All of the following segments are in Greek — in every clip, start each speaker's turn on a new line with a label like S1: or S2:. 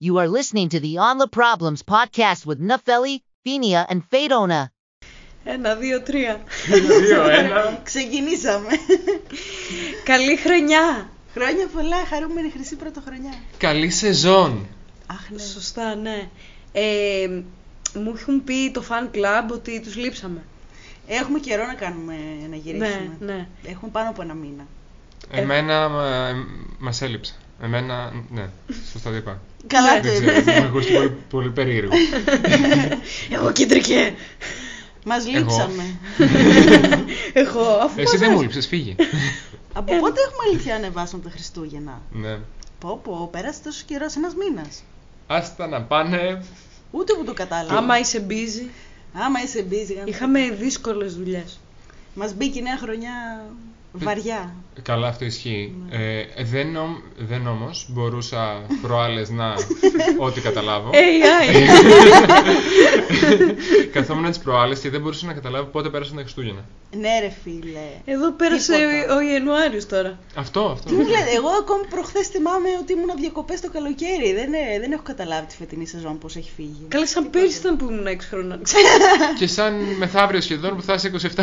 S1: You are listening to the On the Problems podcast with Nafeli, Finia, and Fedona.
S2: Ένα, δύο, τρία.
S3: Ένα, δύο, ένα.
S2: Ξεκινήσαμε. Καλή χρονιά.
S4: Χρόνια πολλά, χαρούμενη χρυσή πρωτοχρονιά.
S3: Καλή σεζόν.
S4: Αχ, ναι.
S2: Σωστά, ναι. Ε, μου έχουν πει το fan club ότι τους λείψαμε.
S4: Έχουμε καιρό να κάνουμε να γυρίσουμε.
S2: Ναι, ναι.
S4: Έχουμε πάνω από ένα μήνα.
S3: Εμένα μα μας έλειψε. Εμένα, ναι, σωστά το είπα.
S2: Ναι,
S4: Καλά Ε, το
S3: Δεν ξέρω, μου
S4: είπες.
S3: έχει ακούσει πολύ, πολύ περίεργο.
S2: Εγώ κεντρικέ.
S4: Μας λείψαμε.
S2: Εγώ, αφού
S3: Εσύ δεν
S2: πας-
S3: μου λείψες, φύγε.
S4: από πότε έχουμε αλήθεια ανεβάσουμε τα Χριστούγεννα.
S3: ναι.
S4: Πω πω, πέρασε τόσο καιρός, ένας μήνας.
S3: Άστα να πάνε.
S4: Ούτε που το κατάλαβα.
S2: Άμα είσαι busy,
S4: Άμα είσαι busy, γάμο.
S2: είχαμε δύσκολες δουλειές.
S4: Μας μπήκε η νέα χρονιά βαριά.
S3: Καλά, αυτό ισχύει.
S4: Ναι.
S3: Ε, δεν, ομ- δεν όμως μπορούσα προάλλες να ό,τι καταλάβω.
S2: Ε,
S4: Ε.
S2: AI.
S3: ε. Καθόμουν τις προάλλες και δεν μπορούσα να καταλάβω πότε πέρασαν τα Χριστούγεννα.
S4: ναι ρε φίλε.
S2: Εδώ πέρασε
S4: Τίποτα.
S2: ο Ιανουάριος τώρα.
S3: Αυτό, αυτό.
S4: Τι δηλαδή? μου λέτε, εγώ ακόμη προχθές θυμάμαι ότι ήμουν διακοπές το καλοκαίρι. Δεν, ε, δεν έχω καταλάβει τη φετινή σεζόν πώς έχει φύγει.
S2: Καλά, σαν πέρυσι ήταν που ήμουν 6
S4: Ναι,
S2: χρονών.
S3: και σαν μεθαύριο σχεδόν που θα είσαι 27.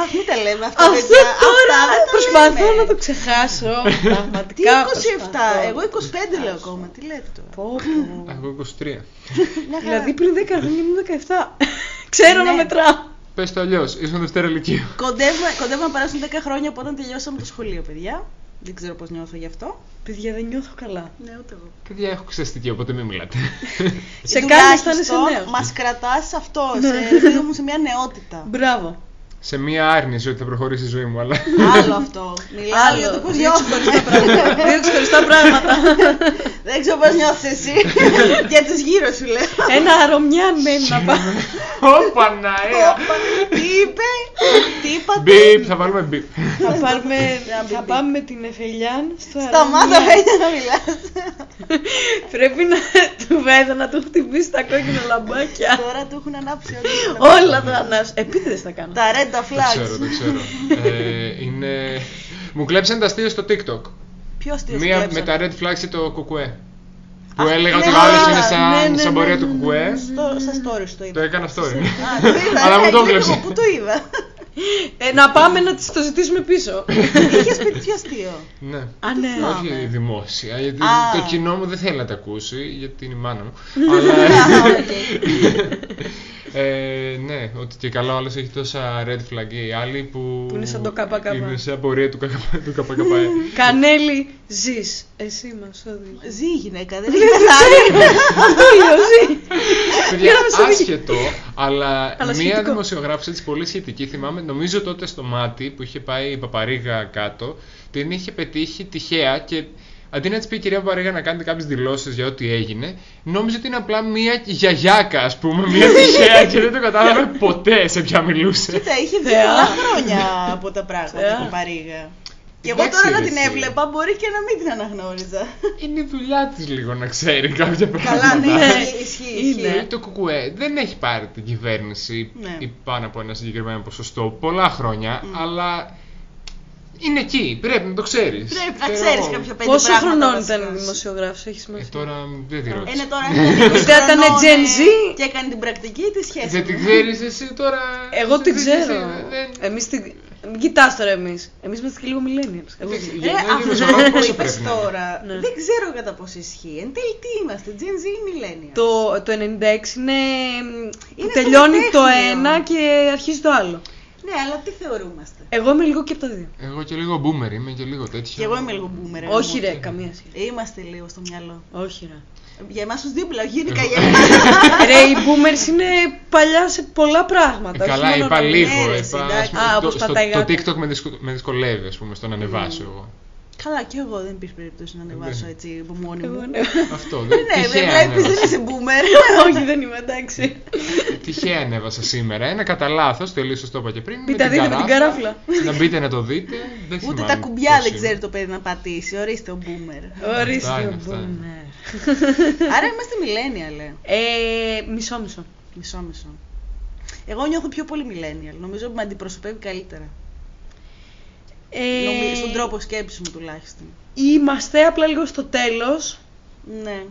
S4: Αχ, μην τα λέμε αυτά.
S2: Αυτό
S4: παιδιά. Αυτά δεν
S2: τώρα
S4: τα
S2: προσπαθώ
S4: λέμε.
S2: να το ξεχάσω.
S4: Τι
S2: Πραγματικά.
S4: 27,
S2: προσπαθώ.
S4: εγώ 25 λέω ακόμα, τι λέτε τώρα.
S2: Πω, πω.
S3: Εγώ 23.
S4: Μια χαρά.
S2: Δηλαδή πριν 10 χρόνια ήμουν 17. Ξέρω να
S4: Ναι.
S2: μετράω.
S3: Πες το αλλιώς, ήσουν Δευτέρα Λυκείου.
S4: Κοντεύουμε, κοντεύουμε να περάσουν 10 χρόνια από όταν τελειώσαμε το σχολείο, παιδιά. Δεν ξέρω πώς νιώθω γι' αυτό.
S2: Παιδιά, δεν νιώθω καλά.
S4: Ναι, ούτε εγώ.
S3: Παιδιά, έχω ξεστική, οπότε μην μιλάτε.
S2: Σε κάνει αισθάνεσαι νέο. Ναι.
S4: Μας κρατάς αυτό, σε, ρε παιδί μου, σε μια νεότητα.
S2: Μπράβο.
S3: Σε μία άρνηση ότι θα προχωρήσει η ζωή μου, αλλά.
S4: Άλλο αυτό. Μιλάω για το πώς
S2: Ε, Δύο ξεχωριστά
S4: νιώθω.
S2: πράγματα. Δύο ξεχωριστά πράγματα.
S4: Δεν ξέρω πώς νιώθεις εσύ. Για τους γύρω σου λέω.
S2: Ένα αρωμιάν μένει να πάω.
S3: Όπα να ε!
S4: Τι είπε, τι είπατε.
S3: Μπίπ, θα βάλουμε μπίπ.
S2: Θα πάρουμε-
S4: Να μπει,
S2: Θα
S4: μπει.
S2: πάμε με την Εφελιάν στο
S4: Σταμάτα,
S2: αρωμιάν.
S4: παιδιά, να μιλάς.
S2: Πρέπει να του βέδω να του χτυπήσει τα κόκκινα λαμπάκια.
S4: Τώρα του έχουν ανάψει όλα. τα-
S2: Όλα τα ανάσω. Επίτηδες τα κάνω.
S4: Τα ρέντα
S3: Το ξέρω,
S4: flags.
S3: το ξέρω. Ε, είναι. Μου κλέψαν τα αστεία στο TikTok.
S4: Ποιος τις
S3: Μία
S4: σκέψατε?
S3: με τα red flags ή το κουκουέ. Που έλεγα
S4: ναι,
S3: ότι ο άλλος
S4: ναι,
S3: είναι
S2: ναι,
S3: σαν,
S2: ναι,
S3: σαν
S2: ναι,
S3: πορεία
S2: ναι,
S3: του
S2: ναι,
S3: κουκουέ.
S4: Στο, στα stories το
S3: Το
S4: είδα.
S3: έκανα αυτό, είναι.
S4: Α, το είδα.
S3: Αλλά
S4: ε,
S3: μου το
S4: δεν ξέρω
S3: κλέψε.
S4: Πού το είδα.
S2: Ε, να πάμε να τις το ζητήσουμε πίσω.
S4: Είχες πει πιο αστείο.
S3: Ναι.
S2: Α, ναι.
S3: Όχι δημόσια, γιατί
S4: Α.
S3: το κοινό μου δεν θέλει να τα ακούσει, γιατί είναι η μάνα μου. Αλλά. ε, ναι, ότι και καλά ο άλλος έχει τόσα red flag ή άλλοι που.
S2: Που είναι σαν το KKK.
S3: Είναι σαν πορεία του KKK. του KKK.
S2: Κανέλη, ζεις. Εσύ μας οδηγείς.
S4: Ζει η γυναίκα, δεν έχει πεθάνει.
S2: Αυτό λέω, ζεις.
S3: Παιδιά,
S2: Γράψε το.
S3: άσχετο, αλλά
S2: Αλλά
S3: μία
S2: σχετικό.
S3: δημοσιογράφησα έτσι πολύ σχετική, θυμάμαι, νομίζω τότε στο μάτι που είχε πάει η Παπαρίγα κάτω, την είχε πετύχει τυχαία και αντί να της πει η κυρία Παπαρίγα να κάνετε κάποιες δηλώσεις για ό,τι έγινε, νόμιζε ότι είναι απλά μία γιαγιάκα, ας πούμε, μία τυχαία και δεν το κατάλαβε ποτέ σε ποια μιλούσε.
S4: Κοίτα, είχε δει
S2: Θεά.
S4: πολλά χρόνια από τα
S2: Θεά.
S4: πράγματα που παρήγα. Και εγώ
S3: Εντάξει,
S4: τώρα να
S3: ρε,
S4: την
S3: εσύ.
S4: έβλεπα μπορεί και να μην την αναγνώριζα.
S3: Είναι η δουλειά της λίγο να ξέρει κάποια πράγματα.
S4: Καλά, ναι,
S2: Ναι.
S4: ισχύει, ισχύει.
S2: Είναι.
S3: Δηλαδή, Το κουκουέ δεν έχει πάρει την κυβέρνηση
S4: Ναι.
S3: ή πάνω από ένα συγκεκριμένο ποσοστό πολλά χρόνια, αλλά είναι εκεί. Πρέπει να το ξέρεις.
S4: Πρέπει να ξέρει κάποια πέντε
S2: Πόσο
S4: πράγματα
S2: χρονών
S4: βασικά.
S2: ήταν η δημοσιογράφος, έχεις
S3: Ε,
S2: σημασία.
S3: τώρα δεν τη
S4: Ε, ναι,
S3: ρώτησα.
S4: τώρα είναι 20
S2: Ήταν
S4: χρονών,
S2: Gen
S4: ε,
S2: Z.
S4: Και έκανε την πρακτική της σχέσης.
S3: Δεν
S4: του.
S3: την ξέρεις εσύ τώρα.
S2: Εγώ την
S3: δεν- ε,
S2: ξέρω. Ε,
S3: δεν-
S2: Εμείς την... Μην κοιτάς τώρα εμείς. Εμείς είμαστε και λίγο millennials. Εγώ
S3: Εντάξει,
S2: την-
S3: για
S4: Ρε,
S3: να είναι
S4: αυτό
S3: δημοσιογράφος,
S4: που
S3: πόσο
S4: Ε, ναι. είπες
S3: πρέπει να είναι.
S4: τώρα,
S2: Ναι.
S4: δεν ξέρω κατά πόσο ισχύει. Εν τέλει τι είμαστε, Gen Z ή Millennial.
S2: Το, το 96 είναι... μ, που
S4: Είναι
S2: τελειώνει το
S4: καλλιτέχνιο.
S2: ένα και αρχίζει το άλλο.
S4: Ναι, αλλά τι θεωρούμαστε.
S2: Εγώ είμαι λίγο και από τα δύο.
S3: Εγώ και λίγο boomer είμαι και λίγο τέτοιο.
S4: Και εγώ είμαι λίγο boomer. εγώ
S2: Όχι
S4: μου.
S2: ρε, καμία σχέση.
S4: Ε, Είμαστε λίγο στο μυαλό.
S2: Όχι ρε.
S4: Για εμάς τους δίπλα, όχι γενικά για εμάς.
S2: Ρε, οι boomers είναι παλιά σε πολλά
S3: Ε,
S2: πράγματα. όχι
S3: Καλά,
S2: μόνο
S3: είπα
S2: να-
S4: ναι,
S3: λίγο.
S4: ρε,
S3: Είπα,
S4: εντάξει.
S3: ας πούμε,
S2: Α,
S3: το-
S2: όπως
S3: στο-
S2: πατάει
S3: το
S2: γάτα.
S3: TikTok με δυσκο- με δυσκολεύει, ας πούμε, στο να ανεβάσω εγώ.
S4: Καλά, κι εγώ δεν υπήρχε περίπτωση να ανεβάσω έτσι από μόνη
S2: Εγώ
S4: μου. Ε,
S2: ναι.
S3: Αυτό. δεν-
S4: Ναι, δεν
S3: τυχαία
S4: βλέπεις, δεν
S3: ανέβασα.
S4: είσαι boomer.
S2: Όχι, δεν είμαι εντάξει.
S3: Τυχαία ανέβασα σήμερα. Ένα κατά λάθος, τελείως το είπα και πριν.
S2: Μην τα δείτε με την καράφλα.
S3: Να μπείτε να το δείτε. Δεν
S4: Ούτε
S3: θυμάμαι
S4: τα κουμπιά
S3: πώς
S4: δεν
S3: είναι.
S4: ξέρει το παιδί να πατήσει. Ορίστε ο boomer.
S2: Ορίστε,
S3: είναι,
S2: ο
S3: αυτά
S2: boomer.
S4: Άρα είμαστε millennial, λέω.
S2: Ε, μισό-μισό.
S4: Μισό-μισό. Εγώ νιώθω πιο πολύ millennial. Νομίζω ότι με αντιπροσωπεύει καλύτερα.
S2: Ε,
S4: Νομι- Στον τρόπο σκέψης μου τουλάχιστον.
S2: Είμαστε απλά λίγο στο τέλος
S4: Ναι.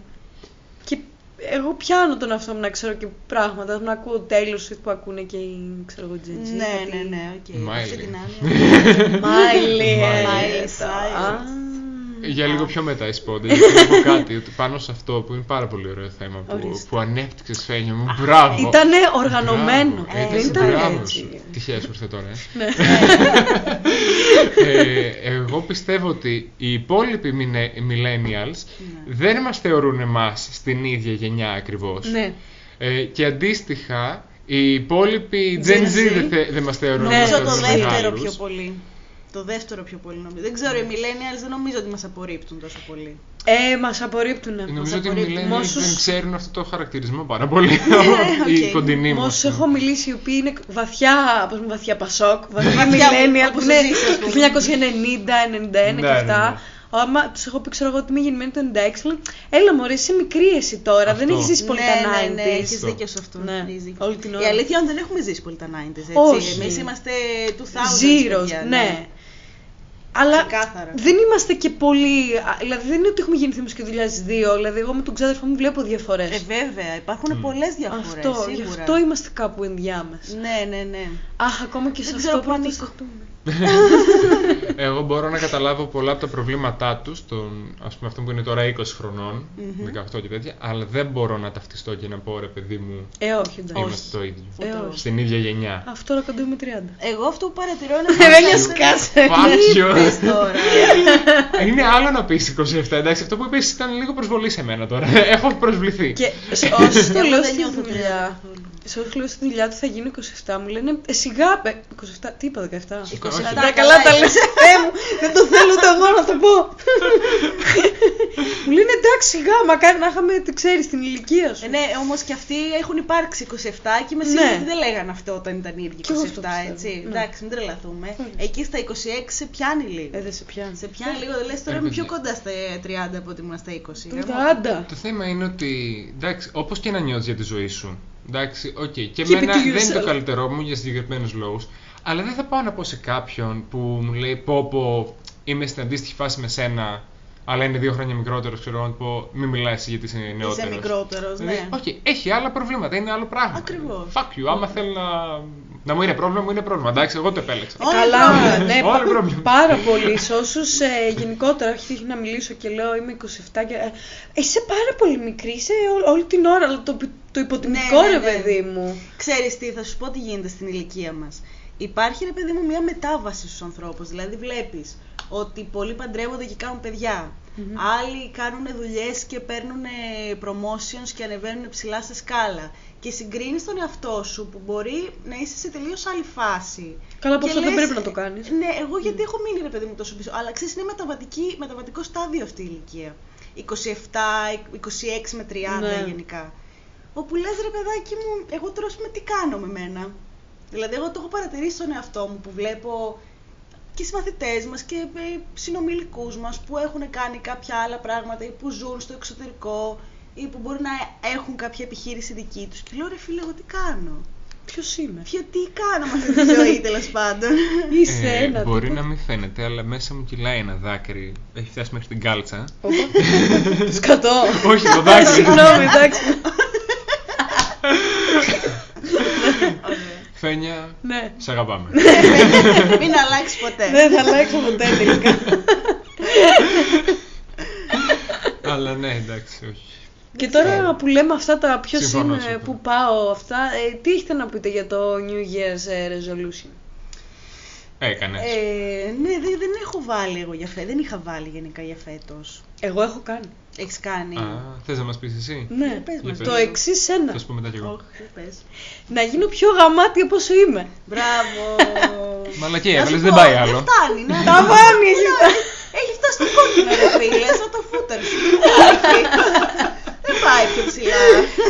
S2: εγώ πιάνω τον εαυτό μου να ξέρω και πράγματα, να ακούω τέλος που ακούνε και οι, ξέρω εγώ, Gen Z,
S4: Ναι,
S2: κάτι-
S4: ναι, ναι, οκ.
S3: Miley.
S4: Αυτή την άνοια.
S2: Miley, ε,
S3: Miley
S2: το-
S4: Cyrus.
S2: Α,
S3: Για λίγο πιο μετά η σπόντα, γιατί να πω κάτι ότι πάνω σε αυτό που είναι πάρα πολύ ωραίο θέμα που,
S2: Ορίστε.
S3: που ανέπτυξες Φένια μου. Μπράβο!
S2: Ήτανε οργανωμένο.
S3: Μπράβο,
S4: Ε,
S2: Δεν
S3: έτσι,
S2: ήταν
S3: μπράβος σου.
S2: έτσι. Ναι.
S3: Τυχαία σου ήρθε τώρα. ε. ε, εγώ πιστεύω ότι οι υπόλοιποι μινε- millennials δεν μας θεωρούν εμάς στην ίδια γενιά ακριβώς.
S2: Ναι.
S3: Ε, και αντίστοιχα, οι υπόλοιποι Gen
S4: Gen
S3: Z
S4: Z.
S3: δεν, θε- δεν μας θεωρούν
S2: Ναι.
S3: εμάς
S4: Νομίζω
S2: Νομίζω
S4: Ε,
S3: τους
S4: το δεύτερο
S3: μεγάλους.
S4: πιο πολύ. Το δεύτερο πιο πολύ νομίζω. Δεν ξέρω, οι millennials δεν νομίζω ότι μας απορρίπτουν τόσο πολύ.
S2: Ε, μας απορρίπτουνε.
S3: Νομίζω ότι οι
S4: απορρίπτουμε.
S3: millennials
S2: Όσους-
S3: δεν ξέρουν αυτό το χαρακτηρισμό πάρα πολύ. Οι
S4: Ναι, οκ.
S3: κοντινοί
S2: Με
S3: μας.
S2: όσους έχω μιλήσει, οι οποίοι είναι βαθιά, πώς μου βαθιά Πασόκ, βαθιά
S4: Βαθιά
S2: Millennial, που
S4: όπως
S2: είναι
S4: ζεις, ας πούμε.
S2: 1990-91 και
S3: Ναι, ναι, ναι.
S2: αυτά. Άμα τους έχω πει, ξέρω εγώ, ότι είμαι γεννημένη το 96, λένε, Έλα, μωρέ, είσαι μικρή εσύ τώρα, δεν
S3: Αυτό.
S2: έχεις ζήσει πολύ τα
S4: ναι,
S2: 90s.
S4: ναι, έχεις
S3: Αυτό.
S4: δίκιο σε αυτό.
S2: Ναι,
S4: έχεις δίκιο.
S2: όλη την ώρα.
S4: Η αλήθεια είναι ότι δεν έχουμε ζήσει πολύ τα 90s, έτσι.
S2: Όχι.
S4: Εμείς είμαστε 2000s,
S2: Ζήρος,
S4: παιδιά,
S2: ναι. Αλλά
S4: Ξεκάθαρα.
S2: δεν είμαστε και πολύ. α, Δηλαδή δεν είναι ότι έχουμε γεννηθεί εμείς και το 2002. Δηλαδή, εγώ με τον ξάδερφο μου βλέπω διαφορές.
S4: Ε, βέβαια, υπάρχουν
S3: Μμ.
S4: πολλές διαφορές,
S2: αυτό, γι'
S4: σίγουρα.
S2: αυτό είμαστε κάπου ενδιάμεσα.
S4: Ναι, ναι, ναι.
S2: Αχ, ακόμα και σε
S4: Δεν
S2: αυτό
S4: ξέρω
S2: που
S4: πού
S2: το
S4: ανήκω.
S2: συζητούμε.
S3: Εγώ μπορώ να καταλάβω πολλά από τα προβλήματά τους, ας πούμε αυτό που είναι τώρα 20 χρονών, 18 και τέτοια, αλλά δεν μπορώ να ταυτιστώ και να πω ρε παιδί μου,
S2: Ε, όχι, εντάξει.
S3: είμαστε το ίδιο.
S2: Ε, όχι.
S3: Στην ίδια γενιά.
S2: Αυτό ρε κοντού είμαι 30.
S4: Εγώ αυτό που παρατηρώ είναι...
S2: Ρένια σκάσε.
S3: Φάξιο!
S4: Πες τώρα.
S3: Είναι άλλο να πεις 27, εντάξει, αυτό που είπες ήταν λίγο προσβολή σε μένα τώρα. Έχω προσβληθεί.
S2: Και σε όσους το
S4: Εγώ
S2: λέω
S4: δεν
S2: στη
S4: νιώθω
S2: δουλειά, σε όσους λέω στη δουλειά ότι θα γίνω 27, μου λένε «Ε, σιγά, παι- 27, τι είπα 17.
S3: Όχι.
S2: Ναι, καλά τα λες, Θεέ μου, δεν το θέλω ούτε εγώ να το πω. Μου λένε εντάξει, σιγά, μακάρι να είχαμε, το ξέρεις, την ηλικία σου.
S4: Ε, ναι, όμως και αυτοί έχουν υπάρξει 27 και είμαι σίγουρη
S2: Ναι.
S4: ότι δεν λέγανε αυτό όταν ήταν οι ίδιοι
S2: Κι
S4: 27,
S2: εγώ αυτό πιστεύω.
S4: έτσι.
S2: Ναι.
S4: Εντάξει, μην τρελαθούμε.
S2: Όχι.
S4: Εκεί στα 26 σε πιάνει λίγο.
S2: Ε, δεν σε πιάνει.
S4: σε πιάνει λίγο, λες τώρα είμαι πιο κοντά στα 30 από ότι ήμουν στα 20.
S2: Τότε
S4: γαμώ.
S2: Ε, άντα.
S3: Το θέμα είναι ότι, εντάξει, όπως και να νιώθεις για τη ζωή σου. Εντάξει, οκ. Και
S2: Keep it
S3: εμένα
S2: to
S3: δεν είναι το
S2: yourself.
S3: καλύτερό μου για συγκεκριμένους λόγους. Αλλά δεν θα πάω να πω σε κάποιον που μου λέει πω πω είμαι στην αντίστοιχη φάση με σένα, αλλά είναι δύο χρόνια μικρότερος. Ξέρω εγώ, να του πω μη μιλάει γιατί είσαι νεότερο.
S4: Είσαι μικρότερο, ναι.
S3: Δηλαδή, οκ, έχει άλλα προβλήματα, είναι άλλο πράγμα.
S4: Ακριβώς.
S3: Fuck you, άμα θέλει να, να μου είναι πρόβλημα, μου είναι πρόβλημα. Εντάξει, εγώ το επέλεξα.
S4: Όλοι
S2: Καλά,
S4: πρόβλημα.
S2: ναι,
S3: Όλοι
S2: πα-
S3: πρόβλημα.
S2: πάρα πολύ. Σε όσους γενικότερα έχει τύχει να μιλήσω και λέω είμαι 27 και. ε, είσαι πάρα πολύ μικρή, είσαι ό- όλη την ώρα. αλλά Το, πι- το υποτιμικό
S4: Ναι, ναι,
S2: ρε
S4: ναι.
S2: παιδί μου.
S4: Ξέρεις τι, θα σου πω τι γίνεται στην ηλικία μας. Υπάρχει, ρε παιδί μου, μια μετάβαση στους ανθρώπους. Δηλαδή βλέπεις ότι πολλοί παντρεύονται και κάνουν παιδιά. Άλλοι κάνουν δουλειές και παίρνουν ε, promotions και ανεβαίνουν ψηλά σε σκάλα. Και συγκρίνεις τον εαυτό σου που μπορεί να είσαι σε τελείως άλλη φάση.
S2: Καλά, από
S4: Και
S2: αυτό δεν
S4: λες,
S2: πρέπει να το κάνεις. Mm.
S4: Ναι, εγώ γιατί έχω μείνει ρε παιδί μου τόσο πίσω. Αλλά ξέρεις, είναι μεταβατική, μεταβατικό στάδιο αυτή η ηλικία. 27, 26 με 30
S2: Ναι.
S4: γενικά. Όπου λες ρε παιδάκι μου, εγώ τώρα ας πούμε τι κάνω με μένα. Δηλαδή, εγώ το έχω παρατηρήσει στον εαυτό μου που βλέπω και στις μαθητές μας και ε, συνομιλικούς μας που έχουν κάνει κάποια άλλα πράγματα ή που ζουν στο εξωτερικό ή που μπορεί να έχουν κάποια επιχείρηση δική τους. Και λέω ρε φίλε, εγώ τι κάνω.
S2: Ποιος είμαι.
S4: Ποιο τι κάνω με αυτή τη ζωή τέλος πάντων.
S2: Είσαι
S3: Ε,
S2: ένα.
S3: μπορεί
S2: τίποτα.
S3: να μην φαίνεται, αλλά μέσα μου κυλάει ένα δάκρυ. Έχει φτάσει μέχρι την κάλτσα.
S2: Όπα. Το Σκατώ.
S3: Όχι, το δάκρυ.
S2: Ε, Συγγνώμη, εντάξει.
S3: Φένια,
S2: Ναι.
S3: σε αγαπάμε.
S4: Μην αλλάξεις ποτέ.
S2: Δεν θα αλλάξω ποτέ τελικά.
S3: Αλλά ναι, εντάξει, όχι.
S2: Και τώρα που λέμε αυτά τα ποιος
S3: Ναι. Συμφωνώ,
S2: είναι,
S3: συμφωνώ.
S2: που πάω, αυτά, ε, τι έχετε να πείτε για το New Year's ε, Resolution.
S3: Έκανε.
S4: Ε, ναι, δεν, δεν έχω βάλει εγώ για φέτος. Δεν είχα βάλει γενικά για φέτος.
S2: Εγώ έχω κάνει.
S4: Έχεις κάνει.
S3: Α, θες να μας πεις εσύ.
S2: Ναι,
S4: πες
S3: μας.
S2: το εξής ένα.
S3: Θα σου πω μετά κι εγώ.
S4: Όχι, δεν πες.
S2: Να γίνω πιο γαμάτη από όσο είμαι.
S4: Μπράβο.
S3: Μαλακία,
S4: Να σου
S3: έβαλες, Ε, δεν
S4: πω,
S3: πάει άλλο.
S4: Δεν φτάνει. Να,
S2: Τα βάνεις, έχει τα-
S4: έχει φτάσει στο κόκκινο, ρε φίλε. Σαν το φούτερ σου. Δεν υπάρχει. Δεν πάει πιο ψηλά.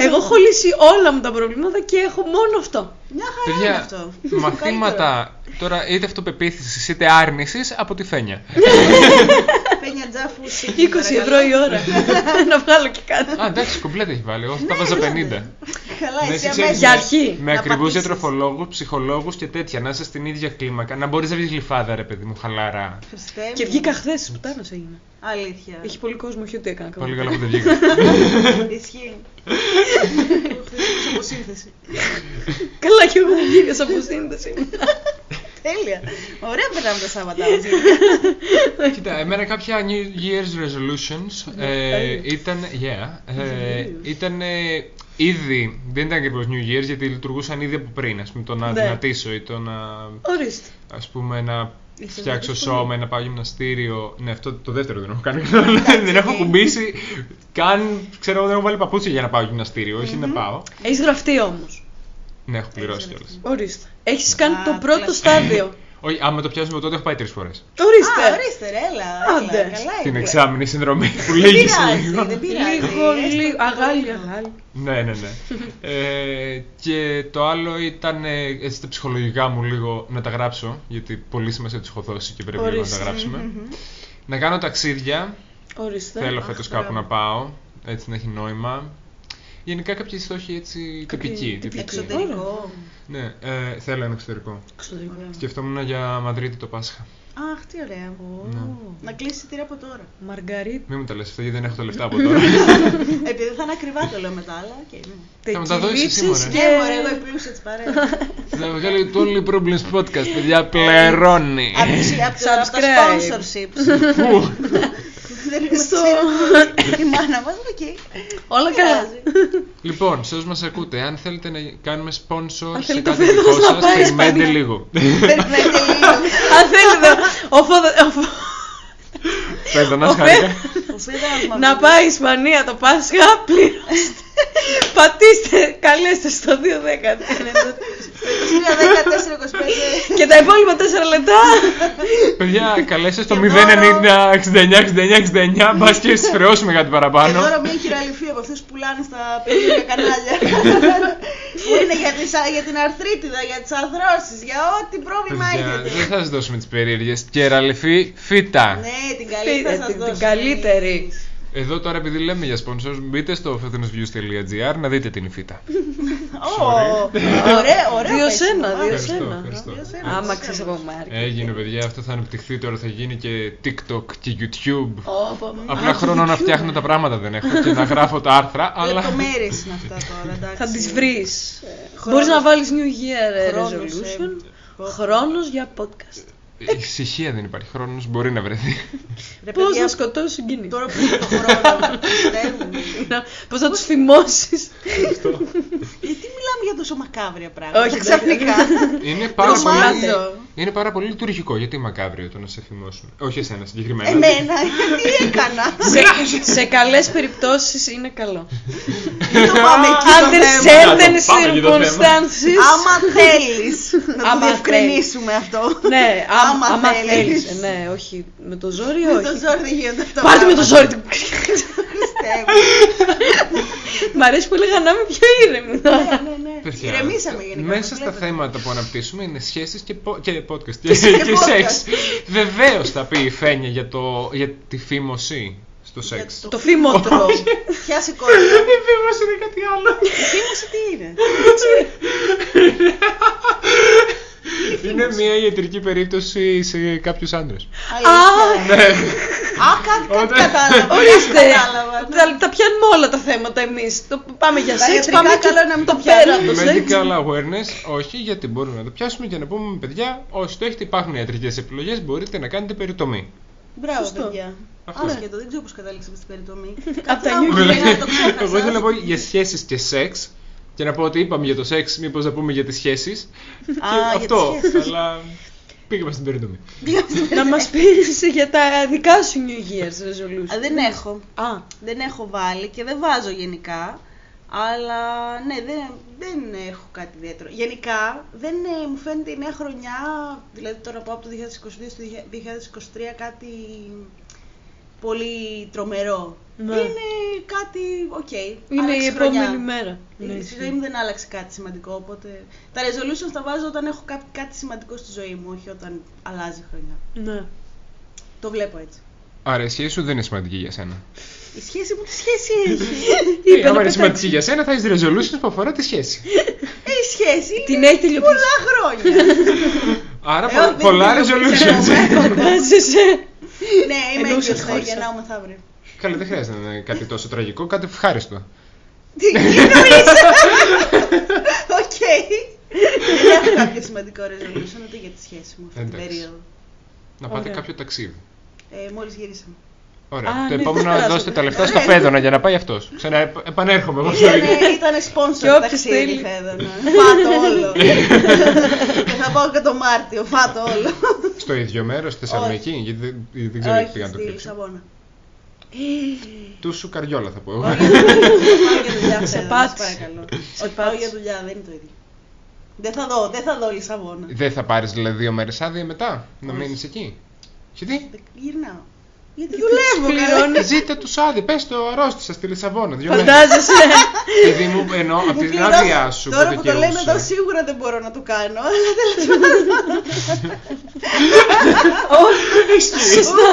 S2: Εγώ έχω λύσει όλα μου τα προβλήματα και έχω μόνο αυτό.
S4: Μια χαρά είναι
S3: Παιδιά,
S4: αυτό.
S3: μαθήματα τώρα είτε αυτοπεποίθησης είτε άρνησης από τη φένια.
S4: Πένια τζάφου.
S2: 20 ευρώ η ώρα. να βγάλω και κάτι.
S3: Α, εντάξει, κομπλέτα έχει βάλει. Εγώ θα τα
S4: Ναι,
S3: βάζα 50.
S4: Καλά,
S3: Ναι,
S4: εσύ
S3: εσύ ξέρεις,
S4: αμέσως.
S2: Για αρχή,
S3: Με
S4: να
S3: ακριβούς
S4: πατήσεις.
S3: διατροφολόγους, ψυχολόγους και τέτοια. Να είσαι στην ίδια κλίμακα. Να μπορείς να βγεις γλυφάδα, ρε παιδί μου, χαλαρά.
S4: Χριστέ μου.
S2: και βγήκα χθες, πουτάνα έγινε.
S4: Αλήθεια.
S2: Είχε πολύ κόσμο, όχι ότι έκανα
S3: Πολύ
S2: καλά.
S3: καλά που δεν βγήκα.
S4: Ισχύει. Χρησιμοποιήσω αποσύνθεση.
S2: Καλά, κι εγώ γύρισα από σύνδεση.
S4: Τέλεια. Ωραία περνάμε τα Σάββατά μας.
S3: Κοίτα, ε, εμένα κάποια New Year's resolutions
S4: Ναι,
S3: ε, ήταν. Yeah, ε, ήταν ε, ήδη. Δεν ήταν ακριβώς New Year's γιατί λειτουργούσαν ήδη από πριν. Ας πούμε, το να
S2: Ναι.
S3: δυνατήσω ή το να.
S2: Ορίστε.
S3: Ας πούμε, να
S4: Ίσως να
S3: φτιάξω
S4: δεις
S3: σώμα, να πάω γυμναστήριο. Ναι, αυτό το δεύτερο δεν έχω κάνει καθόλου. δεν έχω
S4: ναι.
S3: κουμπίσει. Καν, ξέρω, εγώ, δεν έχω βάλει παπούτσια για να πάω γυμναστήριο. Όχι να πάω.
S2: Έχεις γραφτεί όμως.
S3: Ναι, έχω πληρώσει κιόλα.
S2: Ορίστε. Έχεις κάνει
S4: Α,
S2: το πρώτο
S4: κλασικό.
S2: στάδιο.
S3: Όχι, άμα το πιάσουμε τότε έχω πάει τρεις φορές.
S4: Α,
S2: Ορίστε.
S4: ορίστε, ρε, έλα.
S2: Άντε.
S4: έλα, Καλά
S3: Την
S4: είναι.
S3: εξάμεινη συνδρομή που
S4: Δεν
S3: λέγει
S4: Ναι, πειράζει,
S3: λίγο.
S4: δεν πειράζει.
S2: Λίγο,
S4: Έστω
S2: λίγο.
S4: το
S2: Αγάλη,
S4: λίγο.
S2: αγάλη.
S3: Ναι, ναι, ναι. ε, και το άλλο ήταν ε, έτσι τα ψυχολογικά μου λίγο να τα γράψω, γιατί πολύ σημασία τους έχω δώσει και πρέπει λίγο να τα
S2: Ορίστε.
S3: γράψουμε.
S4: Μμμ.
S3: να κάνω ταξίδια.
S2: Ορίστε.
S3: Θέλω
S2: Ναι, Αχ,
S3: φέτος
S2: μπράβο.
S3: κάπου να πάω, έτσι να έχει νόημα. Γενικά κάποιοι στόχοι έτσι
S2: Κάποιοι
S3: τυπικοί.
S2: τυπικοί.
S3: τυπικοί.
S4: Εξωτερικό.
S3: Ναι, ε, θέλω ένα
S2: Ναι.
S3: εξωτερικό.
S2: Εξωτερικό.
S3: Σκεφτόμουν για Μαδρίτη το Πάσχα.
S4: Αχ, τι ωραία. Να κλείσει εισιτήρια από τώρα.
S2: Μαργαρίτη.
S3: Μην μου τα λες αυτά, γιατί δεν έχω τα λεφτά από τώρα.
S4: Επειδή θα είναι ακριβά το λέω μετά, αλλά οκ. ναι.
S3: Θα μου τα δώσεις εσύ,
S2: κυλίτσες
S3: μωρέ.
S4: Και
S2: και-
S4: Ε, μωρέ, εγώ η πλούσια της παρέας.
S3: Θα βγάλει το Only Problems Podcast,
S2: Ε,
S3: παιδιά, πληρώνει.
S4: Απ' τις- απ' τα- απ' τα
S2: Subscribe.
S4: sponsorships.
S3: Πού?
S4: Δεν είναι
S2: Στο-
S4: Η μάνα μας, οκ.
S2: Όλα
S4: Δεν
S2: καλά.
S4: πειράζει.
S3: Λοιπόν, σε όσους μας ακούτε, αν θέλετε να κάνουμε sponsor
S2: Αν
S3: σε
S2: θέλετε
S3: κάτι
S2: φέτος
S3: δικό
S2: να
S3: σας,
S2: πάει
S3: περιμένετε
S2: Ισπανία.
S3: λίγο.
S4: Περιμένετε λίγο.
S2: Αν θέλετε. ο Φόδο- ο Φο-
S3: Πέντονας
S2: Ο
S3: χάρηκα.
S4: Ο Φίδας μας
S2: Να
S4: βλέπει.
S2: πάει η Ισπανία το Πάσχα, πληρώστε. Πατήστε, καλέστε στο 210.
S4: Μία, δέκα, τέσσερα, 25.
S2: Και τα υπόλοιπα 4 λεπτά.
S3: Παιδιά, καλέστε στο
S4: Και
S3: 090-69-69-69, μπας και σφρεώσουμε κάτι παραπάνω.
S4: Και τώρα μια χειραλυφή από αυτούς που πουλάνε στα περιοδικά κανάλια. που είναι για, τις, για την αρθρίτιδα, για τις αρθρώσεις, για ό,τι πρόβλημα
S3: Παιδιά,
S4: έχετε.
S3: δεν θα σας δώσουμε τις περίεργες. Κεραλεφή φύτα.
S4: ναι, την καλύτερη θα
S2: Την-
S4: σας
S2: Ε, την
S4: δώσουμε.
S2: καλύτερη.
S3: Εδώ τώρα επειδή λέμε για sponsors, μπείτε στο fethinosviews.gr να δείτε την φύτα.
S4: Ω, Ωραία,
S2: Δύο
S4: ωραία. πέσιμο,
S2: σένα, δύο
S4: μάλιστα.
S3: Ευχαριστώ,
S2: σένα.
S3: ευχαριστώ.
S4: Δύο σένα.
S2: Άμα ξέρεις από Μάρκετ.
S3: Έγινε παιδιά, αυτό θα ανεπτυχθεί τώρα, θα γίνει και TikTok και YouTube.
S2: Α,
S3: Απλά χρόνο να φτιάχνω τα πράγματα δεν έχω και να γράφω τα άρθρα, αλλά...
S4: Λεπτομέρειες είναι αυτά τώρα, εντάξει.
S2: Θα τις βρεις.
S4: Ε, χρόνος.
S2: Μπορείς να βάλεις New Year
S4: Χρόνος,
S2: Resolution.
S4: ε,
S2: Χρόνος για podcast.
S3: Ε, Ησυχία δεν υπάρχει χρόνος, μπορεί να βρεθεί.
S4: Ρε,
S2: Πώς
S4: παιδιά,
S2: να σκοτώσεις συγκίνηση.
S4: Τώρα που είναι το χρόνο, πιστεύουμε.
S2: Να- Πώς να τους θυμώσεις.
S4: Γιατί μιλάμε για τόσο μακάβρια πράγματα.
S2: Όχι,
S4: ξαφνικά.
S3: Είναι πάρα πολύ...
S4: Τρομάζω.
S3: Είναι πάρα πολύ λειτουργικό. Γιατί μακάβριο το να σε θυμώσουν. Όχι εσένα
S4: Ε,
S3: συγκεκριμένα.
S4: Εμένα, γιατί έκανα.
S2: Σε- Σε καλές περιπτώσεις είναι καλό.
S3: Ναι.
S4: Δεν ναι, το πάμε εκεί το
S2: Under
S4: θέμα.
S2: certain
S3: Πάμε για το θέμα.
S2: circumstances.
S4: Άμα θέλεις να το
S2: Άμα
S4: διευκρινίσουμε αυτό.
S2: Ναι, άμα,
S4: Άμα
S2: άμα
S4: θέλεις.
S2: θέλεις. Ναι, όχι. Με το ζόρι,
S4: Με το
S2: Ναι, όχι.
S4: ζόρι δεν γίνονται αυτά.
S2: Πάρτε με το ζόρι.
S4: Πιστεύω.
S2: Μ' αρέσει που έλεγα να είμαι πιο ήρεμη.
S4: Ναι, ναι.
S3: Παιδιά,
S4: Ηρεμήσαμε γενικά.
S3: Μέσα στα
S4: βλέπετε.
S3: θέματα που αναπτύσσουμε είναι σχέσεις και, πο- και podcast. και, και σεξ. Βεβαίως θα πει η Φένια για, το, για τη φήμωση στο σεξ.
S4: το-
S2: Το φήμωτρο.
S4: Πιάσει κόλλο.
S3: Η φήμωση είναι κάτι άλλο.
S4: Η θύμωση τι είναι.
S3: είναι μια ιατρική περίπτωση σε κάποιους άντρες.
S4: Αλήθεια. Α, κάτι- κάτι
S3: Όταν-
S4: κατάλαβα.
S2: ναι. Ορίστε.
S4: Κατάλαβα, ναι.
S2: Τα, τα πιάνουμε όλα τα θέματα εμείς. Το, πάμε για
S4: Τα
S2: σεξ,
S4: ιατρικά
S2: πάμε και
S4: καλό να μην
S2: το
S4: τα πιάνουμε.
S2: πέρα το σεξ.
S3: Medical awareness, όχι, γιατί μπορούμε να το πιάσουμε και να πούμε, παιδιά, όσοι το έχετε, υπάρχουν ιατρικές επιλογές, μπορείτε να κάνετε περιτομή.
S4: Μπράβο,
S2: Σωστό.
S4: παιδιά.
S3: Αυτό.
S4: Άσχετο, δεν ξέρω πώς καταλήξαμε στην περιτομή.
S2: Απ' τα
S4: Καλά,
S2: νιούχια.
S4: μπορεί να το
S3: Εγώ ήθελα να
S4: ξέχασα.
S3: πω για σχέσεις και σεξ. Και να πω ότι είπαμε για το σεξ, μήπως να πούμε για τις σχέσεις.
S4: Α,
S3: Και
S4: για τις
S3: αυτό,
S4: σχέσεις.
S3: αλλά πήγαμε στην περιτομή.
S2: Να μας πεις για τα δικά σου New Year's
S4: Α,
S2: resolution.
S4: Δεν έχω.
S2: Α,
S4: Δεν έχω βάλει και δεν βάζω γενικά. Αλλά ναι, δεν, δεν έχω κάτι ιδιαίτερο. Γενικά, δεν ε, μου φαίνεται η νέα χρονιά, δηλαδή τώρα πάω από το 2022 στο 2023, κάτι πολύ τρομερό.
S2: Ναι.
S4: Είναι κάτι, οκ.
S2: είναι η
S4: άλλαξε χρονιά.
S2: επόμενη μέρα. Ναι,
S4: Η
S2: ισχύει.
S4: ζωή μου δεν άλλαξε κάτι σημαντικό, οπότε... Τα resolutions τα βάζω όταν έχω κά- κάτι σημαντικό στη ζωή μου, όχι όταν αλλάζει η χρονιά.
S2: Ναι.
S4: Το βλέπω έτσι.
S3: Άρα η σχέση σου δεν είναι σημαντική για σένα. Ε,
S4: Η σχέση μου τι σχέση έχει.
S2: Είπε να
S3: άμα είναι
S2: πετάξεις.
S3: σημαντική για σένα, θα έχεις resolutions που αφορά τη σχέση.
S4: Έχει Ε, σχέση.
S2: Την
S4: είναι
S2: έχει τελειοποιήσει.
S4: Πολλά χρόνια.
S3: Άρα
S4: Ε,
S3: πο-
S4: όχι, δεν
S3: πολλά
S4: είναι
S3: resolutions.
S2: Φαντάζεσαι.
S4: ναι, είμαι
S2: Εννοούσα
S4: έγκυος θα
S2: χώρισα.
S4: γεννάω μεθαύριο.
S3: Καλά, δεν χρειάζεται να είναι κάτι τόσο τραγικό, κάτι ευχάριστο.
S4: Τι νομίζεις? Οκ. Δεν έχω κάποιο σημαντικό resolution ούτε για τη σχέση μου αυτή την
S3: Εντάξει.
S4: περίοδο.
S3: Να πάτε
S2: Ωραία.
S3: κάποιο ταξίδι.
S4: Ε, μόλις γυρίσαμε.
S3: Ωραία.
S2: Α,
S3: το
S2: ναι,
S3: επόμενο
S2: δεν
S3: να
S2: περάσαμε.
S3: δώσετε τα λεφτά στο Φέδωνα για να πάει αυτός. Ξανα επανέρχομαι.
S4: Ναι,
S3: Εγώ στο
S4: Ήτανε, ήτανε
S2: Και
S4: Ε, sponsor
S2: όποιος
S4: ταξίδι
S2: θέλει.
S4: θα έδωνα. Φάτο όλο. Και θα πάω και το Μάρτιο. Φάτο όλο.
S3: Στο ίδιο μέρος, στη Θεσσαλονίκη, γιατί δεν, δεν ξέρω γιατί
S4: Όχι,
S3: πήγαν το
S4: στη
S3: κλέψει.
S4: Λισαβόνα.
S3: Του σου καριόλα θα πω εγώ.
S4: Πάω για
S2: Σε
S4: δουλειά, Φέδωνα,
S2: πάτησε.
S4: σας παρακαλώ.
S2: Σε
S4: Όχι, πάω
S2: πάτησε.
S4: για δουλειά, δεν είναι το ίδιο. Δεν θα δω, δεν θα δω Λισαβόνα.
S3: δεν θα πάρεις δηλαδή δύο μέρες άδεια μετά, να
S4: Όχι.
S3: μείνεις εκεί. Γιατί?
S4: Δεν Γυρνάω. Γιατί
S2: Γιατί τους
S4: δουλεύω,
S2: πληρώνω.
S4: καλά.
S3: Ζήτε του άδεια, πες το αρρώστησα στη Λισαβόνα. Δύο μέρες.
S2: Φαντάζεσαι.
S3: Επειδή μου ενώ από
S4: Μου
S3: την
S4: πληρώνω.
S3: άδειά σου
S4: Τώρα που το λέμε εδώ
S3: δικαιούσε.
S4: σίγουρα δεν μπορώ να το κάνω.
S2: Όχι, σωστά.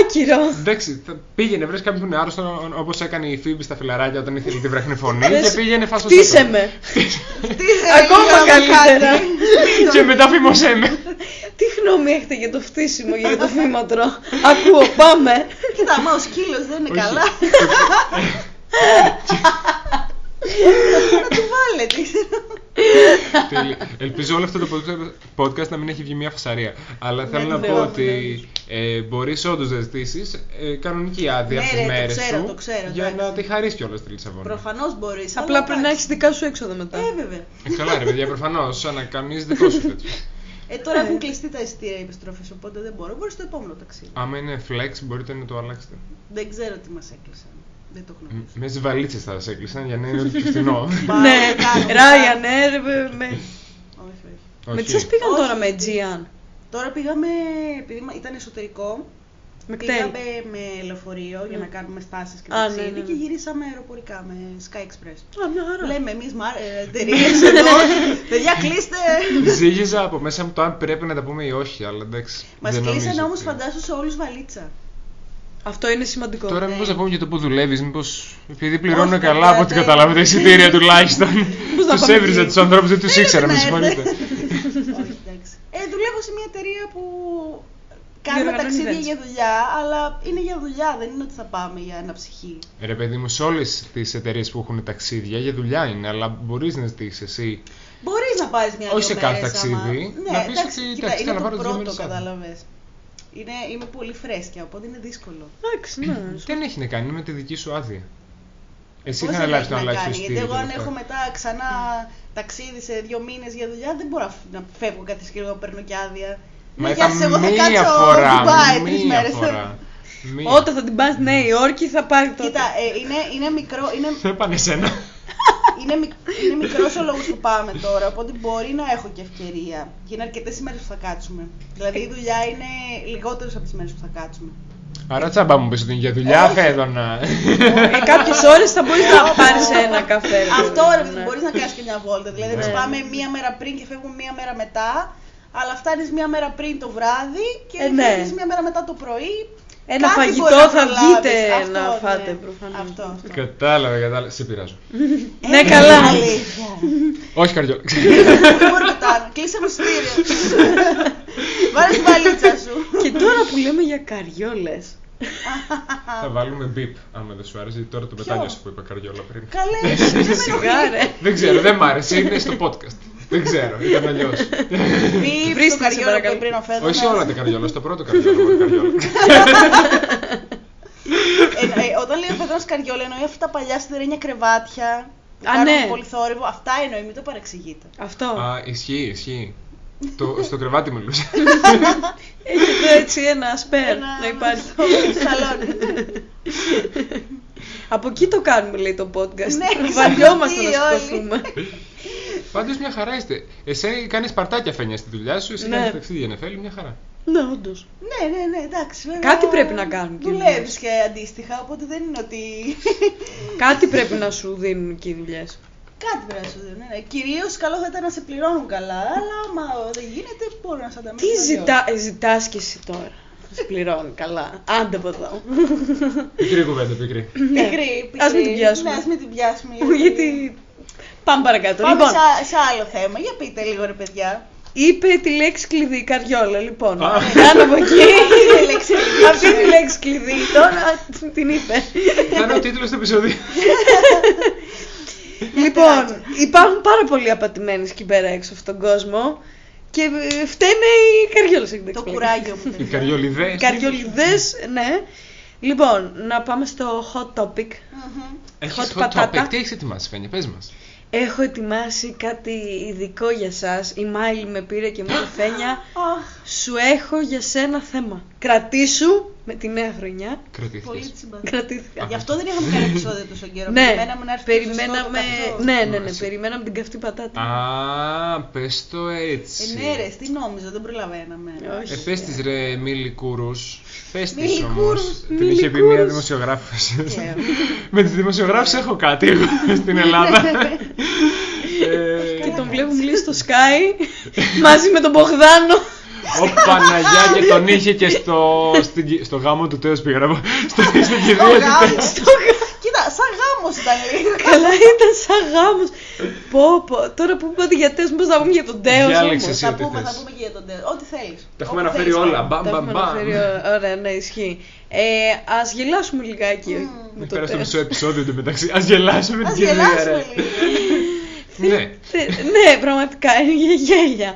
S2: Άκυρο.
S3: Εντάξει, θα- πήγαινε, βρε κάποιον που είναι άρρωστο όπως έκανε η Φίμπη στα φιλαράκια όταν ήθελε τη βραχνή φωνή
S2: Πες,
S3: και πήγαινε φάσος
S2: Χτίσε με.
S4: Τι θα
S2: Ακόμα
S4: κάνω
S2: καλύτερα.
S4: κάτι.
S3: Και μετά φημωσέ με.
S2: Τι γνώμη έχετε για το φτύσιμο, για το φήματρο. Ακούω, πάμε.
S4: Κοίτα, ε, μα ο σκύλος δεν είναι
S3: Όχι.
S4: καλά. Να του βάλετε, ξέρω.
S3: Τέλεια. Ελπίζω όλο αυτό το podcast- podcast να μην έχει βγει μια φασαρία. Αλλά θέλω να πω
S4: το δεχόμουν.
S3: ότι ε, μπορείς όντως να ζητήσεις ε, κανονική άδεια
S4: Ναι,
S3: από
S4: ρε,
S3: τις
S4: το
S3: μέρες
S4: ξέρω,
S3: σου
S4: το ξέρω,
S3: για
S4: εντάξει.
S3: να τη χαρίσει κιόλα στη Λισαβόνα.
S4: Προφανώς μπορείς.
S2: Απλά πρέπει να έχεις δικά σου έξοδα μετά.
S4: Ε, βέβαια.
S3: Ε, καλά, ρε παιδιά, προφανώς. Ανακαμίζει δικό σου τέτοιο.
S4: Ε, τώρα έχουν κλειστεί τα εισιτήρια επιστροφή, οπότε δεν μπορώ. Μπορεί στο επόμενο ταξίδι.
S3: Άμα είναι flex, μπορείτε να το αλλάξετε.
S4: Δεν ξέρω τι μας έκλεισαν. Δεν το
S3: Μ,
S4: γνωρίζω.
S3: Με τι βαλίτσες θα σας έκλεισαν για να είναι πιο φθηνό.
S2: Ναι,
S4: Πάμε,
S2: Ράια,
S4: πάμε.
S2: ναι, ρε, με- με-
S4: Όχι, όχι.
S2: με
S3: Όχι.
S2: τι σας πήγαν
S4: Όχι.
S2: τώρα με Aegean.
S4: Τώρα πήγαμε, επειδή μα- ήταν εσωτερικό,
S2: Με κτέλ.
S4: πήγαμε με λεωφορείο για
S2: Mm.
S4: να κάνουμε στάσεις και
S2: Α, ναι,
S4: ταξίδι
S2: ναι, ναι.
S4: και γυρίσαμε αεροπορικά με Sky Express.
S2: Α, μια χαρά.
S4: Λέμε εμείς μα- ε, εταιρείες εδώ, παιδιά κλείστε!
S3: Ζήγιζα από μέσα μου το αν πρέπει να τα πούμε ή όχι, αλλά εντάξει.
S4: Μας
S3: δεν
S4: κλείσανε
S3: νομίζω
S4: όμως
S3: ότι-
S4: φαντάσου σε όλους βαλίτσα.
S2: Αυτό είναι σημαντικό.
S3: Τώρα,
S4: ναι.
S3: μήπως να πούμε για το που δουλεύεις, μήπως. Επειδή
S4: Όχι,
S3: πληρώνω καλά
S4: παιδιά,
S3: από ό,τι
S4: δεν-
S3: καταλάβα τα εισιτήρια τουλάχιστον.
S2: να
S3: Τους
S2: πάμε
S3: έβριζα
S2: εκεί.
S3: τους ανθρώπους, δεν
S4: Ναι,
S3: τους ήξερα, με
S4: να έρθετε.
S3: συγχωρείτε.
S4: Όχι, εντάξει. Ε, δουλεύω σε μια εταιρεία που κάνουμε
S2: Διοργανώνει
S4: ταξίδια
S2: events.
S4: για δουλειά, αλλά είναι για δουλειά, δεν είναι ότι θα πάμε για αναψυχή.
S3: Ρε παιδί μου, σε όλες τις εταιρείες που έχουν ταξίδια για δουλειά είναι, αλλά μπορείς να ζητήσεις εσύ.
S4: Μπορείς να πάει μια
S3: Όχι
S4: δύο
S3: σε κάθε
S4: μέρες,
S3: ταξίδι.
S4: άμα-
S3: Να
S4: Ναι,
S3: πεις
S4: εντάξει,
S3: ότι,
S4: κοίτα,
S3: εντάξει,
S4: είναι
S3: θα
S4: το
S3: πάρω δύο
S4: πρώτο,
S3: μέρες άδεια.
S4: κατάλαβες. Είναι, είμαι πολύ φρέσκια, οπότε είναι δύσκολο.
S2: Εντάξει, ναι.
S3: Δεν έχει να κάνει με τη δική σου άδεια. Εσύ
S4: Πώς
S3: είχα
S4: δεν
S3: αναλάβει
S4: έχει
S3: να
S4: να
S3: αλλάξεις το
S4: κάνει, Γιατί
S3: εισιτήριο.
S4: εγώ, αν
S3: και
S4: έχω
S3: αυτά.
S4: μετά ξανά ταξίδι σε δύο μήνες για δουλειά, δεν μπορώ να φ- να φεύγω κάθε σκύλο να παίρνω και άδεια.
S3: Μα
S4: Ναι,
S3: είπα
S4: γεια σας, εγώ θα
S3: μία
S4: κάτσω
S3: φορά.
S4: Dubai τρεις
S3: Μία
S4: μέρες.
S3: φορά. Μία.
S2: Όταν θα την πας Νέα Υόρκη θα πάρει τότε.
S4: Κοίτα, ε, είναι, είναι μικρό, είναι,
S3: Θα έπανε σένα.
S4: είναι, μικ- είναι μικρός ο λόγος που πάμε τώρα, οπότε μπορεί να έχω και ευκαιρία. Και είναι αρκετές οι μέρες που θα κάτσουμε. Δηλαδή η δουλειά είναι λιγότερες από τις μέρες που θα κάτσουμε.
S3: Άρα τσάμπα μου πες ότι είναι για δουλειά,
S4: Όχι.
S3: Φέδωνα.
S2: Ε, κάποιες ώρες θα μπορείς να πάρεις ένα καφέ. ρε
S4: ε, Αυτό
S2: παιδί μου,
S4: ρε παιδί,
S2: ναι.
S4: μου, μπορείς να κάνεις και μια βόλτα. Δηλαδή εμείς
S3: Ναι.
S4: πάμε μία μέρα πριν και φεύγουμε μία μέρα μετά. Αλλά φτάνεις μία μέρα πριν το βράδυ και
S2: Ε, ναι.
S4: φεύγεις μία μέρα μετά το πρωί.
S2: Ένα
S4: Κάτι
S2: φαγητό
S4: μπορεί να
S2: θα
S4: προλάβεις.
S2: βγείτε
S4: Αυτό,
S2: να
S4: ναι.
S2: φάτε προφανώς.
S4: Αυτό, αυτό.
S3: Κατάλαβα, κατάλαβα. Σε πειράζω.
S2: Ναι,
S4: Ε,
S2: καλά.
S4: αλήθεια.
S3: Όχι καρδιό.
S4: Δεν μπορώ να κάνω. Κλείσε μου στήριο. Βάλε τη βαλίτσα σου.
S2: Και τώρα που λέμε για καριόλες.
S3: Θα βάλουμε beep άμα δεν σου άρεσε. γιατί Τώρα το
S4: Ποιο?
S3: μετάνιωσα που είπα καριόλα πριν.
S4: Καλέ,
S2: Σιγά ρε.
S3: Δεν ξέρω, δεν μ' άρεσε. Είναι στο podcast. Δεν ξέρω, ήταν αλλιώς.
S4: μη
S2: Βρίστε, σε
S4: το καριόλα που
S2: παρακαλώ.
S4: είπε πριν ο Φέδωνας.
S3: Όχι σε όλα τα καριόλα, στο πρώτο καριόλα. βάλε καριόλα.
S4: Ε, ε, Όταν λέει ο Φέδωνας καριόλα εννοεί αυτά τα παλιά σιδερένια κρεβάτια που
S2: Α,
S4: κάνουν
S2: ναι.
S4: πολύ θόρυβο. Αυτά εννοεί, μην το παρεξηγείτε.
S2: Αυτό.
S3: Α, ισχύει, ισχύει. Το, στο κρεβάτι μιλούσα.
S2: Έχετε έτσι ένα σπέρ
S4: Ένα-
S2: Ναι, να υπάρχει.
S4: Σαλόνι.
S2: Από εκεί το κάνουμε λέει το podcast.
S4: Ναι,
S2: Βαριόμαστε να
S4: ξαφνικά
S2: σηκωθούμε.
S3: Πάντως μια χαρά είστε. Εσύ κάνεις παρτάκια φαίνια στη δουλειά σου, εσύ
S2: Ναι.
S3: κάνεις ταξίδι για νεφέλη, μια χαρά.
S2: Ναι, όντως.
S4: Ναι, ναι, ναι, εντάξει. βέβαια,
S2: Κάτι πρέπει να κάνουν και οι
S4: Δουλεύεις και αντίστοιχα, οπότε δεν είναι ότι.
S2: Κάτι πρέπει να σου δίνουν και οι δουλειές.
S4: Κάτι πρέπει να σου δίνουν. ναι, ναι. Κυρίως καλό θα ήταν να σε πληρώνουν καλά, αλλά άμα δεν γίνεται, μπορούν να σε ανταμείψουν.
S2: Τι
S4: αλλιώς.
S2: ζητά, ε, ζητάς κι εσύ τώρα. Θα σου πληρώνει καλά. Άντε από εδώ.
S3: Πικρή κουβέντα, πικρή.
S4: Πικρή, πικρή.
S2: Ναι. Ας μην την πιάσουμε.
S4: Ε, Ναι, ας μην την πιάσουμε.
S2: Γιατί. Πάμε παρακάτω.
S4: Πάμε
S2: Λοιπόν,
S4: σε, σε άλλο θέμα. Για πείτε λίγο, ρε παιδιά.
S2: είπε τη λέξη κλειδί, καριόλα. Λοιπόν,
S3: Α.
S2: κάνω από εκεί.
S4: Η λέξη κλειδί.
S2: Αυτή τη λέξη κλειδί. Τώρα την είπε.
S3: Θα είναι ο τίτλος του επεισοδίου.
S2: λοιπόν, υπάρχουν πάρα πολλοί απατημένοι εκεί πέρα έξω αυτόν τον κόσμο. Και ε, φταίνε οι καριόλες.
S4: Το κουράγιο μου.
S3: Οι
S4: παιδιά.
S3: καριολιδές.
S2: Καριολιδές, ναι. Λοιπόν, να πάμε στο hot topic.
S4: Μμμ.
S3: Έχεις
S2: hot
S3: hot
S2: πατάτα.
S3: topic. Τι έχεις ετοιμάσει, Φένια, πες μας.
S2: Έχω ετοιμάσει κάτι ειδικό για σας. Η Μάιλι με πήρε και μου είπε φένια.
S4: Αχ,
S2: Σου έχω για σένα θέμα. Κρατήσου με τη νέα χρονιά.
S4: πολύ
S3: Κρατήθηκες.
S4: τσιμπατή.
S2: Κρατήθηκα.
S4: Γι' αυτό δεν είχαμε κάνει επεισόδιο τόσο καιρό.
S2: Ναι,
S4: περιμέναμε να έρθει το
S2: περιμέναμε.
S4: ζεστό το καυτό.
S2: Ναι, ναι, ναι,
S3: Μάλιστα.
S2: περιμέναμε την καυτή πατάτα.
S3: Α, πες το έτσι.
S4: Ε, ναι, ρε, τι νόμιζα, δεν προλαβαίναμε.
S2: Όχι.
S3: Ε, πες της ρε Μίλη Κούρους. Πες της
S4: Μίλη
S3: όμως.
S4: Κούρους,
S3: Την
S2: Μίλη
S3: είχε πει μια
S2: Κούρους.
S3: δημοσιογράφος.
S4: Ε,
S3: Με τις δημοσιογράφους έχω κάτι στην Ελλάδα. Ε,
S2: Και τον βλέπουμε λίγο στο Sky μαζί με τον Μπογδάνο.
S3: Ο Παναγιά και τον είχε και στο, στην κη- στο γάμο του τέος πήγα να πω. Στο, στην
S4: Ο
S3: κηδεία του τέος.
S4: γάμος. Κοίτα, σαν γάμος ήταν λίγο.
S2: Καλά, ήταν σαν γάμος. Πω, πω. Τώρα που είπατε για τες, πώς θα πούμε για τον Τέος
S3: Διάλεξε
S2: όμως.
S3: εσύ.
S4: Θα
S3: ό,τι
S4: πούμε,
S3: θες.
S4: θα πούμε και για τον τέλο. Ό,τι θέλεις.
S3: Τα έχουμε αναφέρει όλα. Μπαμ,
S2: Τα
S3: μπαμ,
S2: έχουμε
S3: μπαμ.
S2: αναφέρει, ω- Ωραία, ναι, ισχύει. Ε, ας γελάσουμε λιγάκι
S4: Μμμ.
S2: με
S3: Μην
S2: το
S3: πέρασε
S2: Τέος.
S3: μισό επεισόδιο του μεταξύ. Ας γελάσουμε την
S4: Ας
S3: κηδεία,
S4: γελάσουμε
S3: ρε.
S4: λίγο.
S3: Ναι.
S2: Τε- ναι, πραγματικά είναι για γέλια.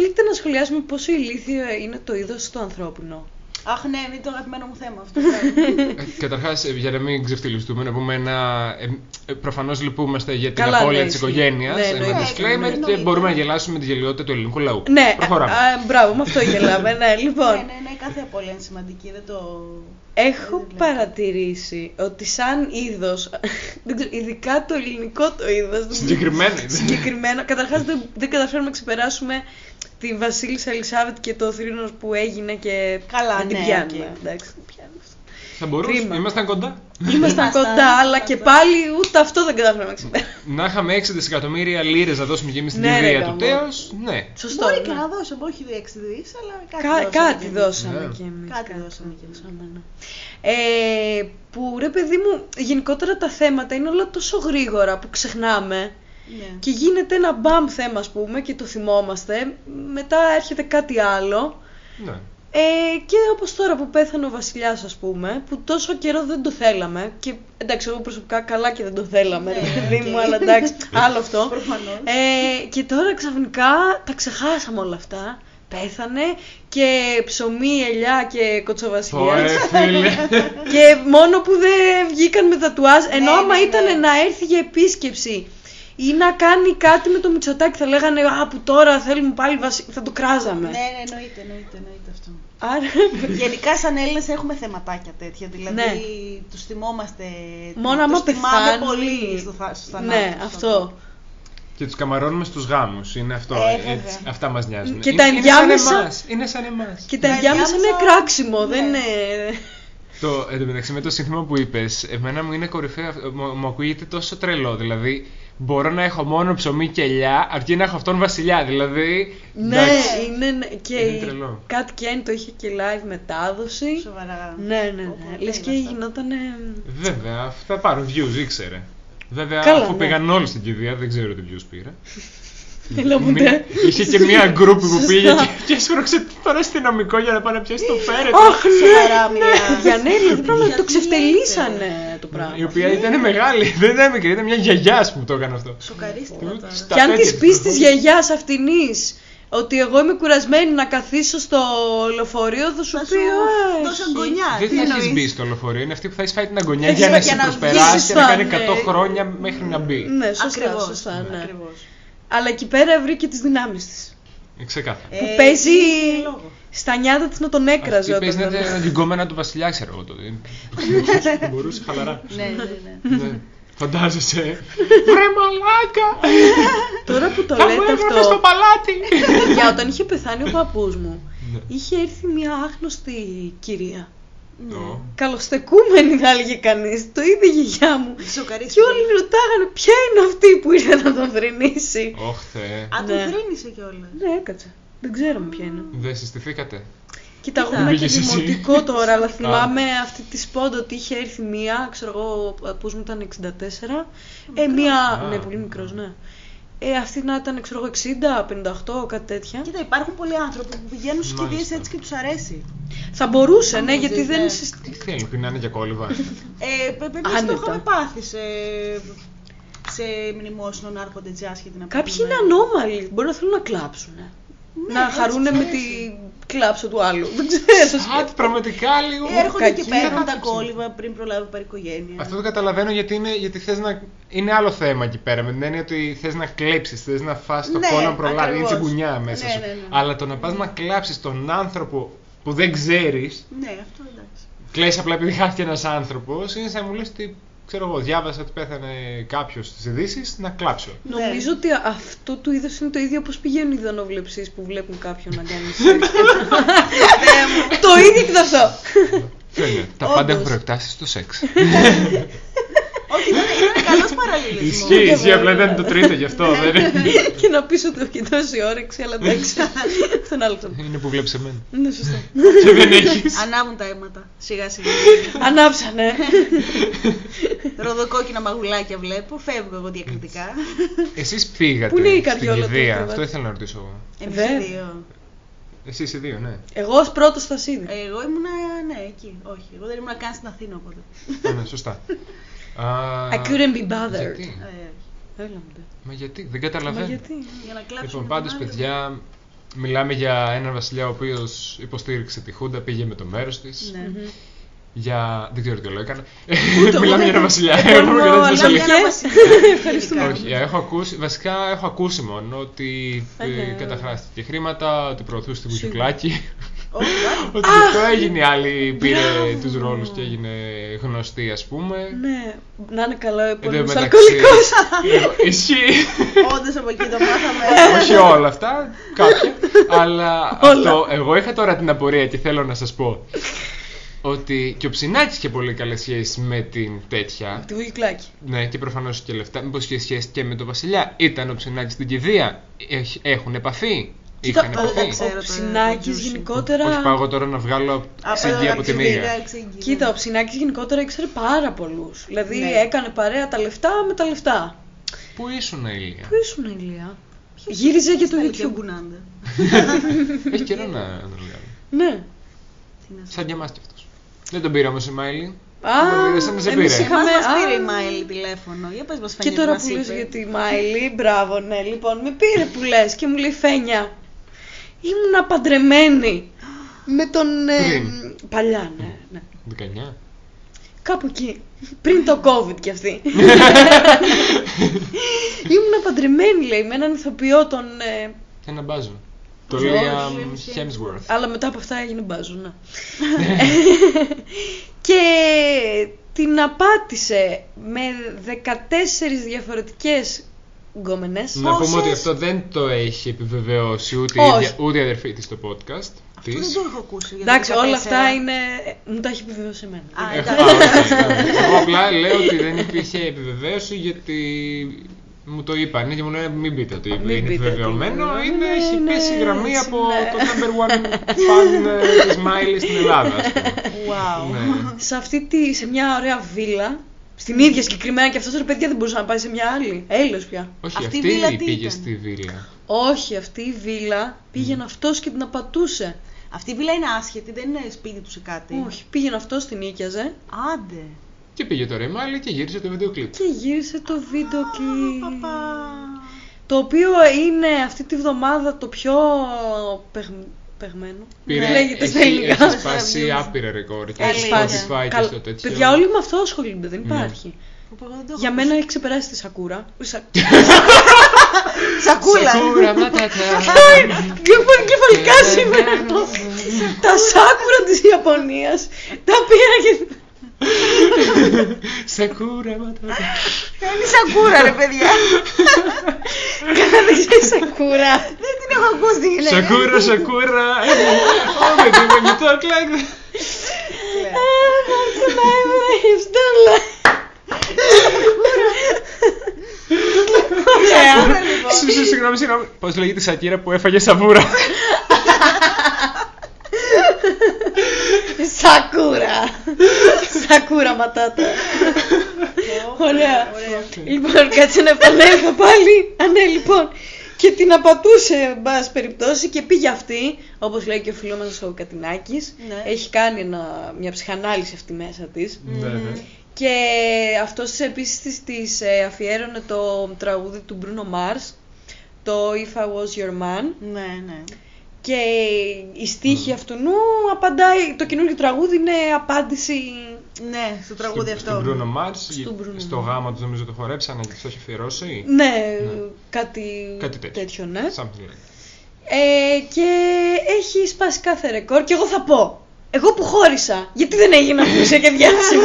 S2: Θέλετε να σχολιάσουμε πόσο ηλίθιο είναι το είδος του ανθρώπινο.
S4: Αχ, ναι, είναι το αγαπημένο μου θέμα αυτό.
S2: Λοιπόν.
S3: Καταρχάς, ε, για να μην ξεφτυλιστούμε, να πούμε ένα. Ε, Προφανώς λυπούμαστε για την
S2: Καλά,
S3: απώλεια
S2: ναι,
S3: της
S2: ισχύει.
S3: οικογένειας.
S2: Ναι,
S3: Ένα
S2: εννοείται,
S3: disclaimer και
S4: εννοείται.
S3: μπορούμε να γελάσουμε τη γελιότητα του ελληνικού λαού.
S2: Ναι,
S3: Προχωράμε.
S2: α, α, μπράβο, με αυτό γελάμε. ναι, λοιπόν.
S4: Ναι, ναι, ναι, κάθε απώλεια είναι σημαντική, δεν το.
S2: Έχω
S4: Δεν
S2: παρατηρήσει ότι σαν είδος, ειδικά το ελληνικό το είδος.
S3: Συγκεκριμένα.
S2: Συγκεκριμένα. Καταρχάς δεν, δεν καταφέρουμε να ξεπεράσουμε τη Βασίλισσα Ελισάβετ και το θρήνος που έγινε και.
S4: Καλά,
S2: δεν την
S4: ναι,
S2: πιάνουμε.
S4: οκ.
S2: Εντάξει, δεν πιάνουμε αυτό.
S3: Θα μπορούσαμε.
S2: Κρίμα.
S3: Ήμασταν κοντά.
S2: Ήμασταν
S4: Ήμασταν,
S2: κοντά, αλλά και
S4: ήμασταν.
S2: πάλι ούτε αυτό δεν καταφέραμε να ξεπεράσουμε.
S3: Να είχαμε 6 δισεκατομμύρια λίρες να δώσουμε και εμείς στην
S2: Ναι, ρε,
S3: ιδέα του
S2: γαμό.
S3: τέος. Ναι.
S2: Σωστό.
S4: Μπορεί
S2: ναι.
S4: και να δώσω, όχι 6 δις, αλλά κάτι.
S2: Κα-
S4: δώσαμε κι
S2: κάτι
S4: εμείς.
S2: δώσαμε
S3: Ναι.
S2: κι εμείς.
S4: Κάτι δώσαμε κι εμείς.
S2: ναι. Ε, που ρε παιδί μου, γενικότερα τα θέματα είναι όλα τόσο γρήγορα που ξεχνάμε.
S4: Ναι.
S2: Και γίνεται ένα μπαμ θέμα, ας πούμε, και το θυμόμαστε. Μετά έρχεται κάτι άλλο.
S3: ναι.
S2: Ε, και όπως τώρα που πέθανε ο βασιλιάς, ας πούμε, που τόσο καιρό δεν το θέλαμε. Και εντάξει, εγώ προσωπικά καλά και δεν το θέλαμε, ρε
S4: Ναι,
S2: παιδί
S4: οκ.
S2: μου, αλλά εντάξει, άλλο αυτό.
S4: Προφανώς.
S2: Ε, και τώρα ξαφνικά τα ξεχάσαμε όλα αυτά. Πέθανε και ψωμί, ελιά και
S3: Ωραία,
S2: κοτσοβασιλιάς.
S3: Ε, φίλε.
S2: Και μόνο που δεν βγήκαν με τατουάζ, ενώ
S4: Ναι,
S2: άμα
S4: ναι,
S2: ήταν
S4: ναι.
S2: να έρθει για επίσκεψη ή να κάνει κάτι με το Μητσοτάκι, θα λέγανε Α, που τώρα θέλουμε πάλι βασι... θα το κράζαμε.
S4: Ναι, ναι, εννοείται, εννοείται, εννοείται αυτό.
S2: Άρα,
S4: Γενικά, σαν Έλληνες έχουμε θεματάκια τέτοια. Δηλαδή,
S2: Ναι.
S4: τους θυμόμαστε.
S2: μόνο
S4: τους
S2: άμα
S4: θυμάμαι
S2: πεθάνει...
S4: πολύ στο, θα- στο θανάτους,
S2: Ναι,
S4: στο-
S2: αυτό.
S3: Και τους καμαρώνουμε στους γάμους. Είναι αυτό.
S4: Ε, βέβαια.
S3: έτσι. Αυτά μας νοιάζουν.
S2: Και τα
S3: Είναι- είναι σαν
S2: ενδιάμεσα-
S3: εμάς. Είναι σαν εμάς.
S2: Και τα
S4: Τα
S2: ενδιάμεσα είναι
S4: ενδιάμεσα-
S2: κράξιμο, δεν
S4: ναι.
S2: είναι...
S3: Το εν τω μεταξύ με το σύνθημα που είπες, εμένα μου είναι κορυφαία. Μου, μου ακούγεται τόσο τρελό. Δηλαδή, μπορώ να έχω μόνο ψωμί και ελιά, αρκεί να έχω αυτόν βασιλιά. Δηλαδή.
S2: Ναι,
S3: εντάξει.
S2: είναι... ναι, Και
S3: Είναι
S2: η-
S3: τρελό.
S2: κάτι και αν το είχε και live μετάδοση.
S4: Σοβαρά.
S2: Ναι, ναι, ναι.
S4: Όπου
S2: Λες και
S4: τέλος,
S2: γινότανε...
S3: Βέβαια, αυτά πάρουν views, ήξερε. Βέβαια,
S2: Καλά,
S3: αφού
S2: ναι.
S3: πήγαν όλοι στην κηδεία, δεν ξέρω τι views πήρα.
S2: Έλα μου
S3: Μία-
S2: ντε.
S3: Είχε και μία group που
S2: Σωστά.
S3: πήγε και, και έσπρωξε τον αστυνομικό για να πάει να πιάσει το φέρετο.
S2: Αχ,
S4: Σοβαρά
S2: ναι, ναι.
S4: μιλάς.
S2: Για ναι, δηλαδή πράγμα, το
S4: Γιατί
S2: ξεφτελίσανε το
S3: Η
S2: πράγμα.
S3: οποία ήταν μεγάλη, δεν ήταν μικρή, ήταν μια γιαγιά ας πούμε, που το έκανε αυτό.
S4: Σοκαρίστηκα τώρα.
S3: Στα
S2: Και αν
S3: πέντε
S2: τη πεις της
S3: της.
S2: γιαγιά αυτηνή ότι εγώ είμαι κουρασμένη να καθίσω στο λεωφορείο, θα σου
S4: Θα
S2: πει.
S4: σου
S2: «Α,
S4: δώσω
S2: έχει».
S4: αγωνιά.
S3: Δεν
S4: Τι
S3: θα έχεις
S4: εννοείς?
S3: μπει στο λεωφορείο, είναι αυτή που θα έχεις φάει την αγωνιά
S4: Δεν
S3: για
S4: θα
S3: να
S4: για
S3: σε
S4: να
S3: προσπεράσει
S2: βγεις,
S3: και να
S2: σωστά,
S3: κάνει
S2: ναι.
S3: 100 χρόνια μέχρι να μπει.
S2: Ναι, σωστά,
S4: Ακριβώς.
S2: σωστά, ναι.
S4: Ακριβώς.
S2: Αλλά εκεί πέρα βρήκε τις δυνάμεις της.
S3: Ξεκάθαρα.
S4: Ε,
S2: παίζει-
S4: είχε λόγο.
S2: Στα νιάτα τη να τον έκραζε
S3: Αυτή
S2: όταν.
S3: παίζει να
S2: τον-
S3: ήταν την κόμενα του Βασιλιά, ξέρω εγώ τότε. Μπορούσε χαλαρά.
S4: Ναι, ναι, ναι.
S3: Ναι. Φαντάζεσαι. ε. Βρε μαλάκα!
S2: Τώρα που το
S3: Θα μου
S2: λέτε
S3: έγραφε στο
S2: αυτό.
S3: παλάτι!
S2: Για όταν είχε πεθάνει ο παππούς μου,
S3: Ναι.
S2: είχε έρθει μια άγνωστη κυρία.
S4: ναι.
S3: Ω.
S2: Καλοστεκούμενη θα έλεγε κανείς, το είδε η γιαγιά μου. Και
S4: Σοκαρίστηκα.
S2: όλοι ρωτάγανε ποια είναι αυτή που ήρθε να τον θρυνήσει.
S3: Ωχ, θεέ.
S4: Α,
S2: Ναι.
S4: τον θρύνησε κιόλας.
S2: Ναι, έκατσα. Δεν ξέρουμε ποια είναι.
S3: Δεν συστηθήκατε.
S2: Κοίτα, εγώ
S4: Κοίτα.
S2: ήμουν και
S3: Πήγες εσύ.
S2: δημοτικό τώρα, αλλά θυμάμαι αυτή τη σπόντα ότι είχε έρθει μία, ξέρω εγώ, ο παππούς μου ήταν 64. Ε, μία,
S3: Α.
S2: ναι, πολύ μικρός, ναι. Ε, αυτή να ήταν, ξέρω εγώ, 60, 58, κάτι τέτοια.
S4: Κοίτα, υπάρχουν πολλοί άνθρωποι που πηγαίνουν στις κηδείε
S3: Μάλιστα.
S4: έτσι και τους αρέσει.
S2: Θα μπορούσε, ναι,
S4: μπορούσε,
S2: γιατί δεν.
S4: ναι.
S2: συ-
S3: Τι θέλει, να είναι για κόλληβα.
S4: Ε, Εμεί το
S2: Άνετα.
S4: είχαμε πάθει σε, σε μνημόσυνο να έρχονται έτσι άσχετοι να
S2: Κάποιοι
S4: πούμε.
S2: είναι ανώμαλοι. Μπορεί να θέλουν να κλάψουν.
S4: Ναι,
S2: να
S4: έτσι
S2: χαρούνε
S4: τους
S2: με
S4: αρέσει.
S2: τη κλάψο του άλλου. Δεν ξέρω. θα σου πω.
S3: Κάτι πραγματικά λίγο.
S4: Ε, Έρχονται και
S2: κακή
S4: παίρνουν τα
S3: άποψη.
S4: κόλληβα πριν προλάβει η οικογένεια.
S3: Αυτό το καταλαβαίνω γιατί, είναι, γιατί θες να... είναι άλλο θέμα εκεί πέρα. Με την έννοια ότι θες να κλέψεις, θες να φας το
S4: Ναι,
S3: κόλλο να προλάβει. Είναι
S4: ακριβώς.
S3: τσιγκουνιά μέσα
S4: Ναι,
S3: σου.
S4: ναι, ναι.
S3: Αλλά το να πας να κλάψεις τον άνθρωπο που δεν ξέρεις,
S4: Ναι, αυτό εντάξει.
S3: κλαις απλά επειδή χάθηκε ένας άνθρωπος, είναι σαν να μου λες ότι ξέρω εγώ, διάβασα ότι πέθανε κάποιος στις ειδήσεις, να κλάψω.
S2: Νομίζω
S4: ναι.
S2: ότι αυτό του είδο είναι το ίδιο όπως πηγαίνουν οι δανοβλεψίε που βλέπουν κάποιον να κάνει σεξ. Το ίδιο και αυτό.
S3: Τέλεια. Τα
S4: Όντως. Ναι,
S3: πάντα έχουν προεκτάσεις στο σεξ.
S4: Όχι, ήταν, ήταν καλός παραλληλισμός.
S3: Ισχύει, ισχύει, απλά ήταν το τρίτο γι' αυτό.
S4: Ναι.
S3: δεν είναι.
S2: Και να πεις ότι έχει τόση όρεξη, αλλά εντάξει. Τον άλλο τον.
S3: Είναι που βλέπεις εμένα.
S2: Ναι, σωστό.
S3: Και δεν έχεις.
S4: Ανάβουν τα αίματα. Σιγά σιγά.
S2: Ανάψανε.
S4: Ροδοκόκκινα μαγουλάκια βλέπω. Φεύγω εγώ διακριτικά.
S3: Εσείς πήγατε.
S2: Πού είναι η
S3: στην
S2: καριόλα του
S3: κηδεία.
S2: Ακροβάτη?
S3: Αυτό ήθελα να ρωτήσω εγώ.
S4: Εμείς
S2: Βέβαια.
S4: δύο.
S3: Εσείς οι δύο, ναι.
S2: Εγώ ως πρώτος θα σίδη.
S4: Εγώ ήμουνα, ναι, εκεί. Όχι, εγώ δεν ήμουνα καν στην Αθήνα οπότε.
S3: Α, ναι, σωστά. Α,
S2: I couldn't be bothered.
S3: Γιατί,
S4: Ε,
S2: Έλα μου. τε.
S3: μα γιατί, δεν
S2: Μα
S3: καταλαβαίνω.
S2: γιατί.
S4: για να κλάψω.
S3: Λοιπόν, πάντω, παιδιά, μιλάμε για έναν βασιλιά ο οποίος υποστήριξε τη Χούντα, πήγε με το μέρος της.
S4: Ναι.
S3: Για. Δεν ξέρω τι όλο έκανα.
S2: εγώ
S3: μιλάμε
S2: δεν-
S3: για έναν βασιλιά.
S2: δεν
S3: Εγώ
S2: μπορώ,
S3: δεν
S2: αλλά
S3: βασιλιά.
S2: μια-
S4: Ευχαριστούμε.
S3: Όχι, έχω ακούσει, βασικά έχω ακούσει μόνο ότι ε,
S2: Έλα.
S3: καταχράστηκε χρήματα, ότι προωθούσε την
S2: Σίγουρα.
S3: κουκουκλάκι.
S4: Όχι, όχι.
S3: ότι το έγινε η άλλη, πήρε τους ρόλους και έγινε γνωστή, ας πούμε.
S2: Ναι, να είναι καλό ο
S3: Εν τω
S2: πόλεμος
S3: Ε, μεταξύ-
S2: αλκοολικός.
S3: Ε, Ισχύει.
S4: Όντως από εκεί το μάθαμε.
S3: Όχι όλα αυτά, κάποια. αλλά
S2: Όλα.
S3: αυτό, εγώ είχα τώρα την απορία και θέλω να σας πω ότι και ο Ψινάκης είχε πολύ καλές σχέσεις με την τέτοια.
S2: Τη βουγιουκλάκι.
S3: Ναι, και προφανώς και λεφτά. Μήπως είχε σχέση και με τον Βασιλιά. Ήταν ο Ψινάκης στην κηδεία. Έχ- Έχουν επαφή.
S2: Κοίτα, ε,
S3: Είχαν
S2: ο-
S3: επαφή.
S4: ξέρω
S2: Ο
S4: το-
S2: Ψινάκης
S4: το juicy.
S3: Όχι, πάω
S2: γενικότερα...
S3: εγώ τώρα να βγάλω
S4: Απ'
S3: ξεγγί από τη μύγα.
S4: ξεγγύη.
S2: Κοίτα, ο Ψινάκης γενικότερα ήξερε πάρα πολλούς. Δηλαδή
S4: Ναι.
S2: έκανε παρέα τα λεφτά με τα λεφτά.
S3: Πού ήσουν, Ηλία.
S2: Πού ήσουν, Ηλία. Γύριζε για το
S4: Στα Ε,
S2: YouTube.
S4: κουνάντα.
S3: Έχει καιρό να να το βγάλω.
S2: Ναι.
S4: Τι να σου
S3: Σαν και εμά κι αυτός. Δεν τον πήραμε σε Μάιλι.
S2: Α,
S3: Μπορεί, σαν να σε
S2: εμείς
S3: πήρε.
S4: Εμάς
S2: είχαμε...
S4: μας πήρε η
S2: α,
S4: Μάιλι τηλέφωνο. Για πες μας
S2: Και
S4: φαίνεται
S2: τώρα
S4: μας
S2: που λες
S4: είπε.
S2: για τη Μάιλι, μπράβο, ναι, λοιπόν, με πήρε που λες και μου λέει Φένια, ήμουν παντρεμένη με τον... ε,
S3: Πριν.
S2: παλιά, ναι, ναι.
S3: 19.
S2: Κάπου εκεί. Πριν το COVID κι αυτή. Ήμουν παντρεμένη, λέει, με έναν ηθοποιό τον. ε,
S3: Ένα μπάζο. Το
S4: Ο
S3: Λία
S4: Liam
S3: Hemsworth.
S2: αλλά μετά από αυτά έγινε μπάζουνα. και την απάτησε με 14 διαφορετικές γκόμενες.
S3: Να πούμε
S4: πόσες-
S3: ότι αυτό δεν το έχει επιβεβαιώσει ούτε η
S2: Όχι.
S3: ίδια- ούτε η αδερφή της στο podcast.
S4: Αυτό
S3: Της.
S4: δεν το έχω ακούσει. για το
S2: Εντάξει, όλα
S4: 14.
S2: αυτά είναι. Μου τα έχει επιβεβαιώσει εμένα. Ε,
S4: Α,
S3: Έχω-
S4: εντάξει.
S3: Ε, Α, εντάξει, εντάξει. Εγώ απλά λέω ότι δεν υπήρχε επιβεβαίωση γιατί μου το είπαν και μου λένε μην πείτε ότι
S2: Μην
S3: είναι
S2: πείτε ότι
S3: επιβεβαιωμένο.
S2: είναι.
S3: Είναι,
S2: Ναι,
S3: έχει
S2: ναι,
S3: πέσει η γραμμή
S2: έτσι,
S3: από
S2: ναι.
S3: το number one fan ε, της Miley στην Ελλάδα. ας πούμε.
S4: Wow.
S3: Ναι.
S2: σε αυτή τη, σε μια ωραία βίλα, στην ίδια συγκεκριμένα και αυτός ρε παιδιά δεν μπορούσε να πάει σε μια άλλη. Έλεος πια.
S3: Όχι,
S4: Αυτή
S3: αυτή,
S4: η βίλα τι
S3: πήγε
S4: ήταν?
S3: στη βίλα.
S2: Όχι, αυτή η βίλα
S3: Mm.
S2: πήγαινε αυτός και την απατούσε.
S4: Αυτή η βίλα είναι άσχετη, δεν είναι σπίτι του σε κάτι.
S2: Όχι, πήγαινε αυτός, την νοίκιαζε
S4: Άντε.
S3: Και πήγε τώρα η Miley και γύρισε το βίντεο κλιπ.
S2: και γύρισε το βίντεο κλιπ.
S4: Παπα.
S2: Το οποίο είναι αυτή τη βδομάδα το πιο παιγμ- παιγμένο. Δεν Ναι, λέγεται στα
S3: έχει,
S2: ελληνικά.
S3: έχει σπάσει άπειρα ρεκόρ και
S4: Έχει
S3: στο
S4: σπάσει.
S3: Spotify και
S2: Καλά.
S3: στο τέτοιο.
S2: ναι. Παιδιά, όλοι με αυτό ασχολούνται, δεν
S3: Ναι.
S2: υπάρχει.
S4: Οπα, εγώ δεν το έχω
S2: Για
S4: ακούσει.
S2: μένα έχει ξεπεράσει τη σακούρα. Σα-
S4: Σακούλα.
S3: Σακούρα, ματατά.
S2: Λοιπόν, κεφαλικά σήμερα εδώ. Τα σάκουρα της Ιαπωνίας τα πήρα και...
S3: Σακούρα, ματατά.
S4: Κάνει σακούρα, ρε παιδιά.
S2: Δεν ξέρεις σακούρα.
S4: Δεν την έχω ακούσει τη γυναίκα.
S3: Σακούρα, σακούρα, με τη μαγνητό κλακ.
S2: Ε,
S4: Σακούρα, λοιπόν.
S3: Συγγνώμη, συγγνώμη, συγγνώμη. Πώς λέγεται η Σακύρα που έφαγε σαβούρα.
S2: Σακούρα. Σακούρα ματάτα. Ωραία.
S4: Ωραία.
S2: Λοιπόν, κάτσε να επανέλθω πάλι. Α, ναι, λοιπόν. Και την απατούσε, εν πάση περιπτώσει, και πήγε αυτή, όπως λέει και ο φίλο μας ο Κατινάκης.
S4: Ναι.
S2: Έχει κάνει ένα, μια ψυχανάλυση αυτή μέσα της.
S3: Ναι, ναι.
S2: Και αυτός επίσης της, της ε, αφιέρωνε το τραγούδι του Bruno Mars, το If I Was Your Man.
S4: Ναι, ναι.
S2: Και η
S3: Mm.
S2: στίχη αυτού νου απαντάει, το καινούργιο τραγούδι είναι απάντηση...
S4: Ναι, στο τραγούδι
S3: Στον-
S4: αυτό.
S3: Στον Bruno Mars,
S2: Στον
S3: γε-
S2: Bruno
S3: στο
S2: Mars.
S3: γάμο τους νομίζω το χορέψανε και τους έχει αφιερώσει.
S2: Ναι,
S3: Ναι.
S2: Κάτι,
S3: Κάτι τέτοιο.
S2: ναι.
S3: Something like that.
S2: Ε, και έχει σπάσει κάθε ρεκόρ και εγώ θα πω. Εγώ που χώρισα, γιατί δεν έγινα πλούσια και διάσημη.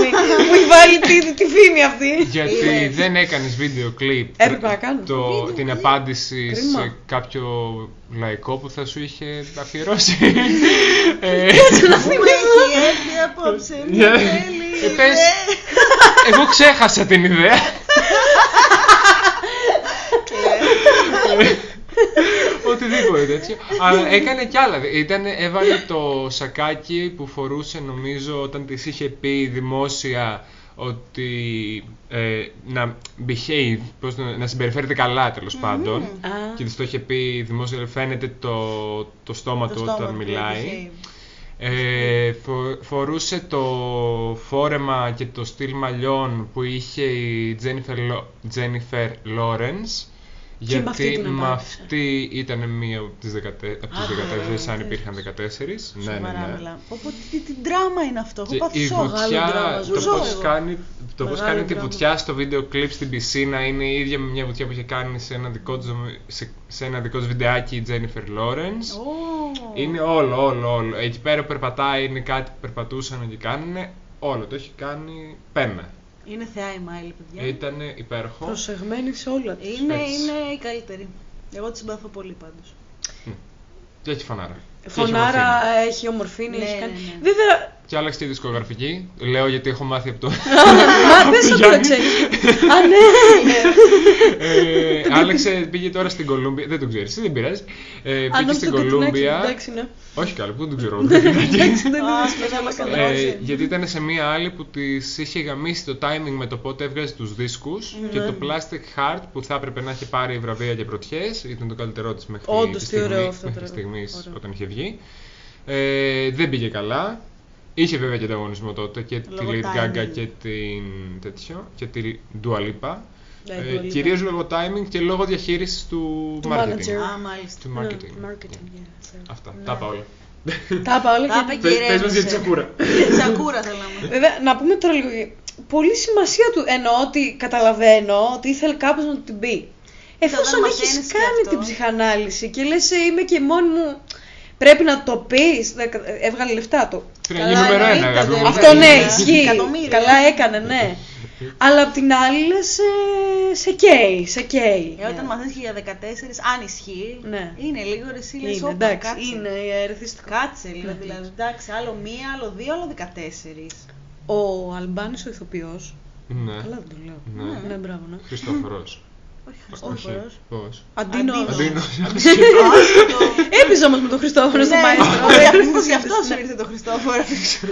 S2: Μου έχει βάλει τη, τη φήμη αυτή.
S3: Γιατί
S4: Είδες.
S3: δεν έκανες βίντεο κλιπ
S2: Έπρεπε Ε, να κάνω.
S3: το,
S4: Βίντεο
S3: την
S4: κλιπ.
S3: απάντηση
S2: Κρίμα.
S3: σε κάποιο λαϊκό που θα σου είχε αφιερώσει. Ε,
S4: Μου έχει έρθει απόψε. μου
S3: Ναι.
S4: θέλει,
S3: Ε, πες.
S4: ναι.
S3: εγώ ξέχασα την ιδέα. Οτιδήποτε τέτοιο. Αλλά έκανε κι άλλα. Ήταν, έβαλε το σακάκι που φορούσε νομίζω όταν της είχε πει δημόσια ότι ε, να behave, πώς το- να συμπεριφέρεται καλά τέλος πάντων.
S4: Μμμ.
S2: Α.
S3: Και της το είχε πει δημόσια, λέει, φαίνεται το, το στόμα
S4: Το
S3: του
S4: στόμα
S3: όταν
S4: του,
S3: μιλάει.
S4: behave.
S3: Ε, φο- φορούσε το φόρεμα και το στυλ μαλλιών που είχε η Jennifer, Lo- Jennifer Lawrence.
S2: Και με αυτή
S3: Γιατί
S2: την
S3: με
S2: απάντησε.
S3: αυτή ήταν μία από τις 14, από τις
S4: Α,
S3: 14 αν
S4: ναι.
S3: υπήρχαν 14. Ναι, ναι,
S4: Σοβαρά
S3: ναι.
S4: μιλάω. Πω, πω, τι- τι δράμα είναι αυτό.
S3: Και
S4: Εγώ πάθω
S3: η
S4: σόγα.
S3: βουτιά,
S2: δράμα,
S3: το
S2: ζούζω
S3: πώς
S2: εγώ.
S3: κάνει, το πώς
S2: Μεγάλο
S3: κάνει τη
S2: δράμα.
S3: βουτιά στο βίντεο κλιπ στην πισίνα είναι η ίδια με μια βουτιά που είχε κάνει σε ένα δικό της, νομι- σε, σε ένα δικό της βιντεάκι η Jennifer Lawrence.
S4: Ω.
S3: Είναι όλο, όλο, όλο. Εκεί πέρα που περπατάει είναι κάτι που περπατούσαν και κάνουν. Όλο το έχει κάνει πένα.
S4: Είναι θεά η Μάιλ, παιδιά.
S3: Ήταν υπέροχο.
S2: Προσεγμένη σε όλα της.
S4: Είναι,
S3: Έτσι.
S4: είναι η καλύτερη. Εγώ τη συμπαθώ πολύ πάντως.
S3: Και έχει φωνάρα.
S2: Φωνάρα,
S3: Και, έχει
S2: έχει ομορφήνη,
S4: Ναι,
S2: έχει κάνει.
S4: ναι, ναι.
S2: Βέβαια.
S3: μορφή. και άλλαξε τη δισκογραφική. Λέω γιατί έχω μάθει από το.
S2: Μα πες ότι το
S3: Γιάννη.
S2: ξέρεις. Α, ναι.
S3: ε, άλλαξε, πήγε τώρα στην Κολούμπια. Δεν το ξέρεις, δεν πειράζει. Ε,
S2: Αν
S3: πήγε
S2: όχι
S3: στην
S2: το κατουνάκι,
S3: Κολούμπια.
S2: εντάξει, ναι.
S3: Όχι καλά, που δεν ξέρω.
S2: Εντάξει, δεν
S4: Α,
S2: είναι
S4: σπέζα,
S2: καλά.
S4: μας
S2: καλά.
S3: Ε,
S4: Ρόζι.
S3: γιατί ήταν σε μία άλλη που τη είχε γαμίσει το timing με το πότε έβγαζε τους δίσκους και το Plastic Heart που θα έπρεπε να είχε πάρει βραβεία και πρωτιές. Ήταν το καλύτερό της μέχρι
S2: Όντως,
S3: τη
S2: τι
S3: στιγμή,
S2: ωραίο αυτό το
S3: μέχρι
S2: τραγούδι.
S3: στιγμής
S2: Ωραίο.
S3: όταν είχε βγει. Ε, δεν πήγε καλά. Είχε βέβαια και ανταγωνισμό τότε και
S4: Λόγω
S3: τη Lady Gaga
S4: timing.
S3: και την τέτοιο, και τη Dua Lipa.
S2: Ναι,
S3: Ε,
S2: Dua Lipa.
S3: κυρίως λόγω timing και λόγω διαχείρισης του,
S2: Του
S3: marketing.
S2: manager.
S4: Α, μάλιστα.
S3: Του
S2: Ναι,
S3: marketing.
S2: marketing,
S3: Ναι.
S2: yeah, so.
S3: Αυτά. Τα είπα όλα.
S2: Τα είπα όλα
S4: Τα
S2: και-
S4: είπα και-
S3: Πες πες μας για τη
S4: Ηρέμησε.
S3: τσακούρα.
S4: Τσακούρα θέλω να μου.
S2: Βέβαια, να πούμε τώρα λίγο. για- Πολύ σημασία του εννοώ ότι καταλαβαίνω ότι ήθελε κάποιο να του την πει. Εφόσον
S4: όταν
S2: έχεις
S4: μαθαίνεις και
S2: κάνει
S4: αυτό.
S2: την ψυχανάλυση και λες, είμαι και μόνη μου. Πρέπει να το πεις. Έβγαλε λεφτά το.
S3: Πρέπει να γίνει νούμερο ένα,
S4: εννοείται,
S3: αγαπητοί
S4: δεν-
S3: μου.
S2: Αυτό ναι,
S4: Εκατομμύρια.
S2: ισχύει.
S4: Εκατομμύρια.
S2: Καλά έκανε, ναι. Αλλά απ' την άλλη λες, σε καίει, σε καίει.
S4: Ε, όταν μαθαίνεις και για 14, αν ισχύει,
S2: Ναι.
S4: είναι λίγο ρε εσύ λες,
S2: Είναι,
S4: όπα,
S2: εντάξει,
S4: κάτσε.
S2: είναι ε, η αερθιστικό.
S4: Κάτσε λίγο, δηλαδή, εντάξει, άλλο μία, άλλο δύο, άλλο 14.
S2: Ο Αλμπάνης ο ηθοποιός,
S3: Ναι.
S2: καλά δεν το λέω.
S3: Ναι.
S2: Ναι, μπράβο, ναι.
S3: Χριστόφορος.
S4: Όχι,
S3: Όχι.
S4: Χριστόφορος.
S3: Πώς.
S2: Αντίνος.
S3: Αντίνος.
S2: Έπαιζε όμως με τον Χριστόφορο στο Μάιστρο.
S4: Ναι.
S2: Ναι.
S4: Μήπως γι' αυτό σου ήρθε το Χριστόφορο.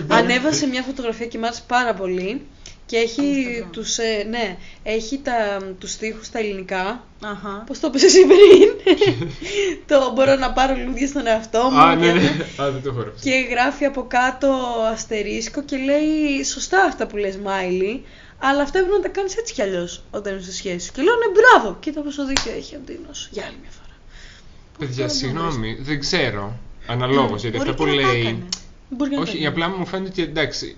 S2: Ανέβασε μια φωτογραφία και μ' άρεσε πάρα πολύ. Και έχει
S4: Instagram.
S2: τους, ε, ναι, έχει τα, τους στίχους στα ελληνικά.
S4: Αχα.
S2: Πώς το είπες εσύ πριν. το μπορώ να πάρω λουλούδια στον εαυτό μου.
S3: Α,
S2: και-
S3: ναι, ναι. Α, δεν το χορέψα.
S2: Και γράφει από κάτω αστερίσκο και λέει σωστά αυτά που λες Μάιλι. Αλλά αυτά πρέπει να τα κάνεις έτσι κι αλλιώς όταν είσαι σε σχέση σου. Και λέω ναι μπράβο, κοίτα πόσο δίκιο έχει ο Ντίνος. Για άλλη μια φορά.
S3: Παιδιά, συγγνώμη, δεν ξέρω. Αναλόγως, γιατί
S4: Μπορεί
S3: αυτά Ε, που
S4: και να τα
S3: λέει.
S4: έκανε.
S2: Μπορεί και να το
S3: Όχι,
S2: κάνει.
S3: απλά μου φαίνεται ότι εντάξει.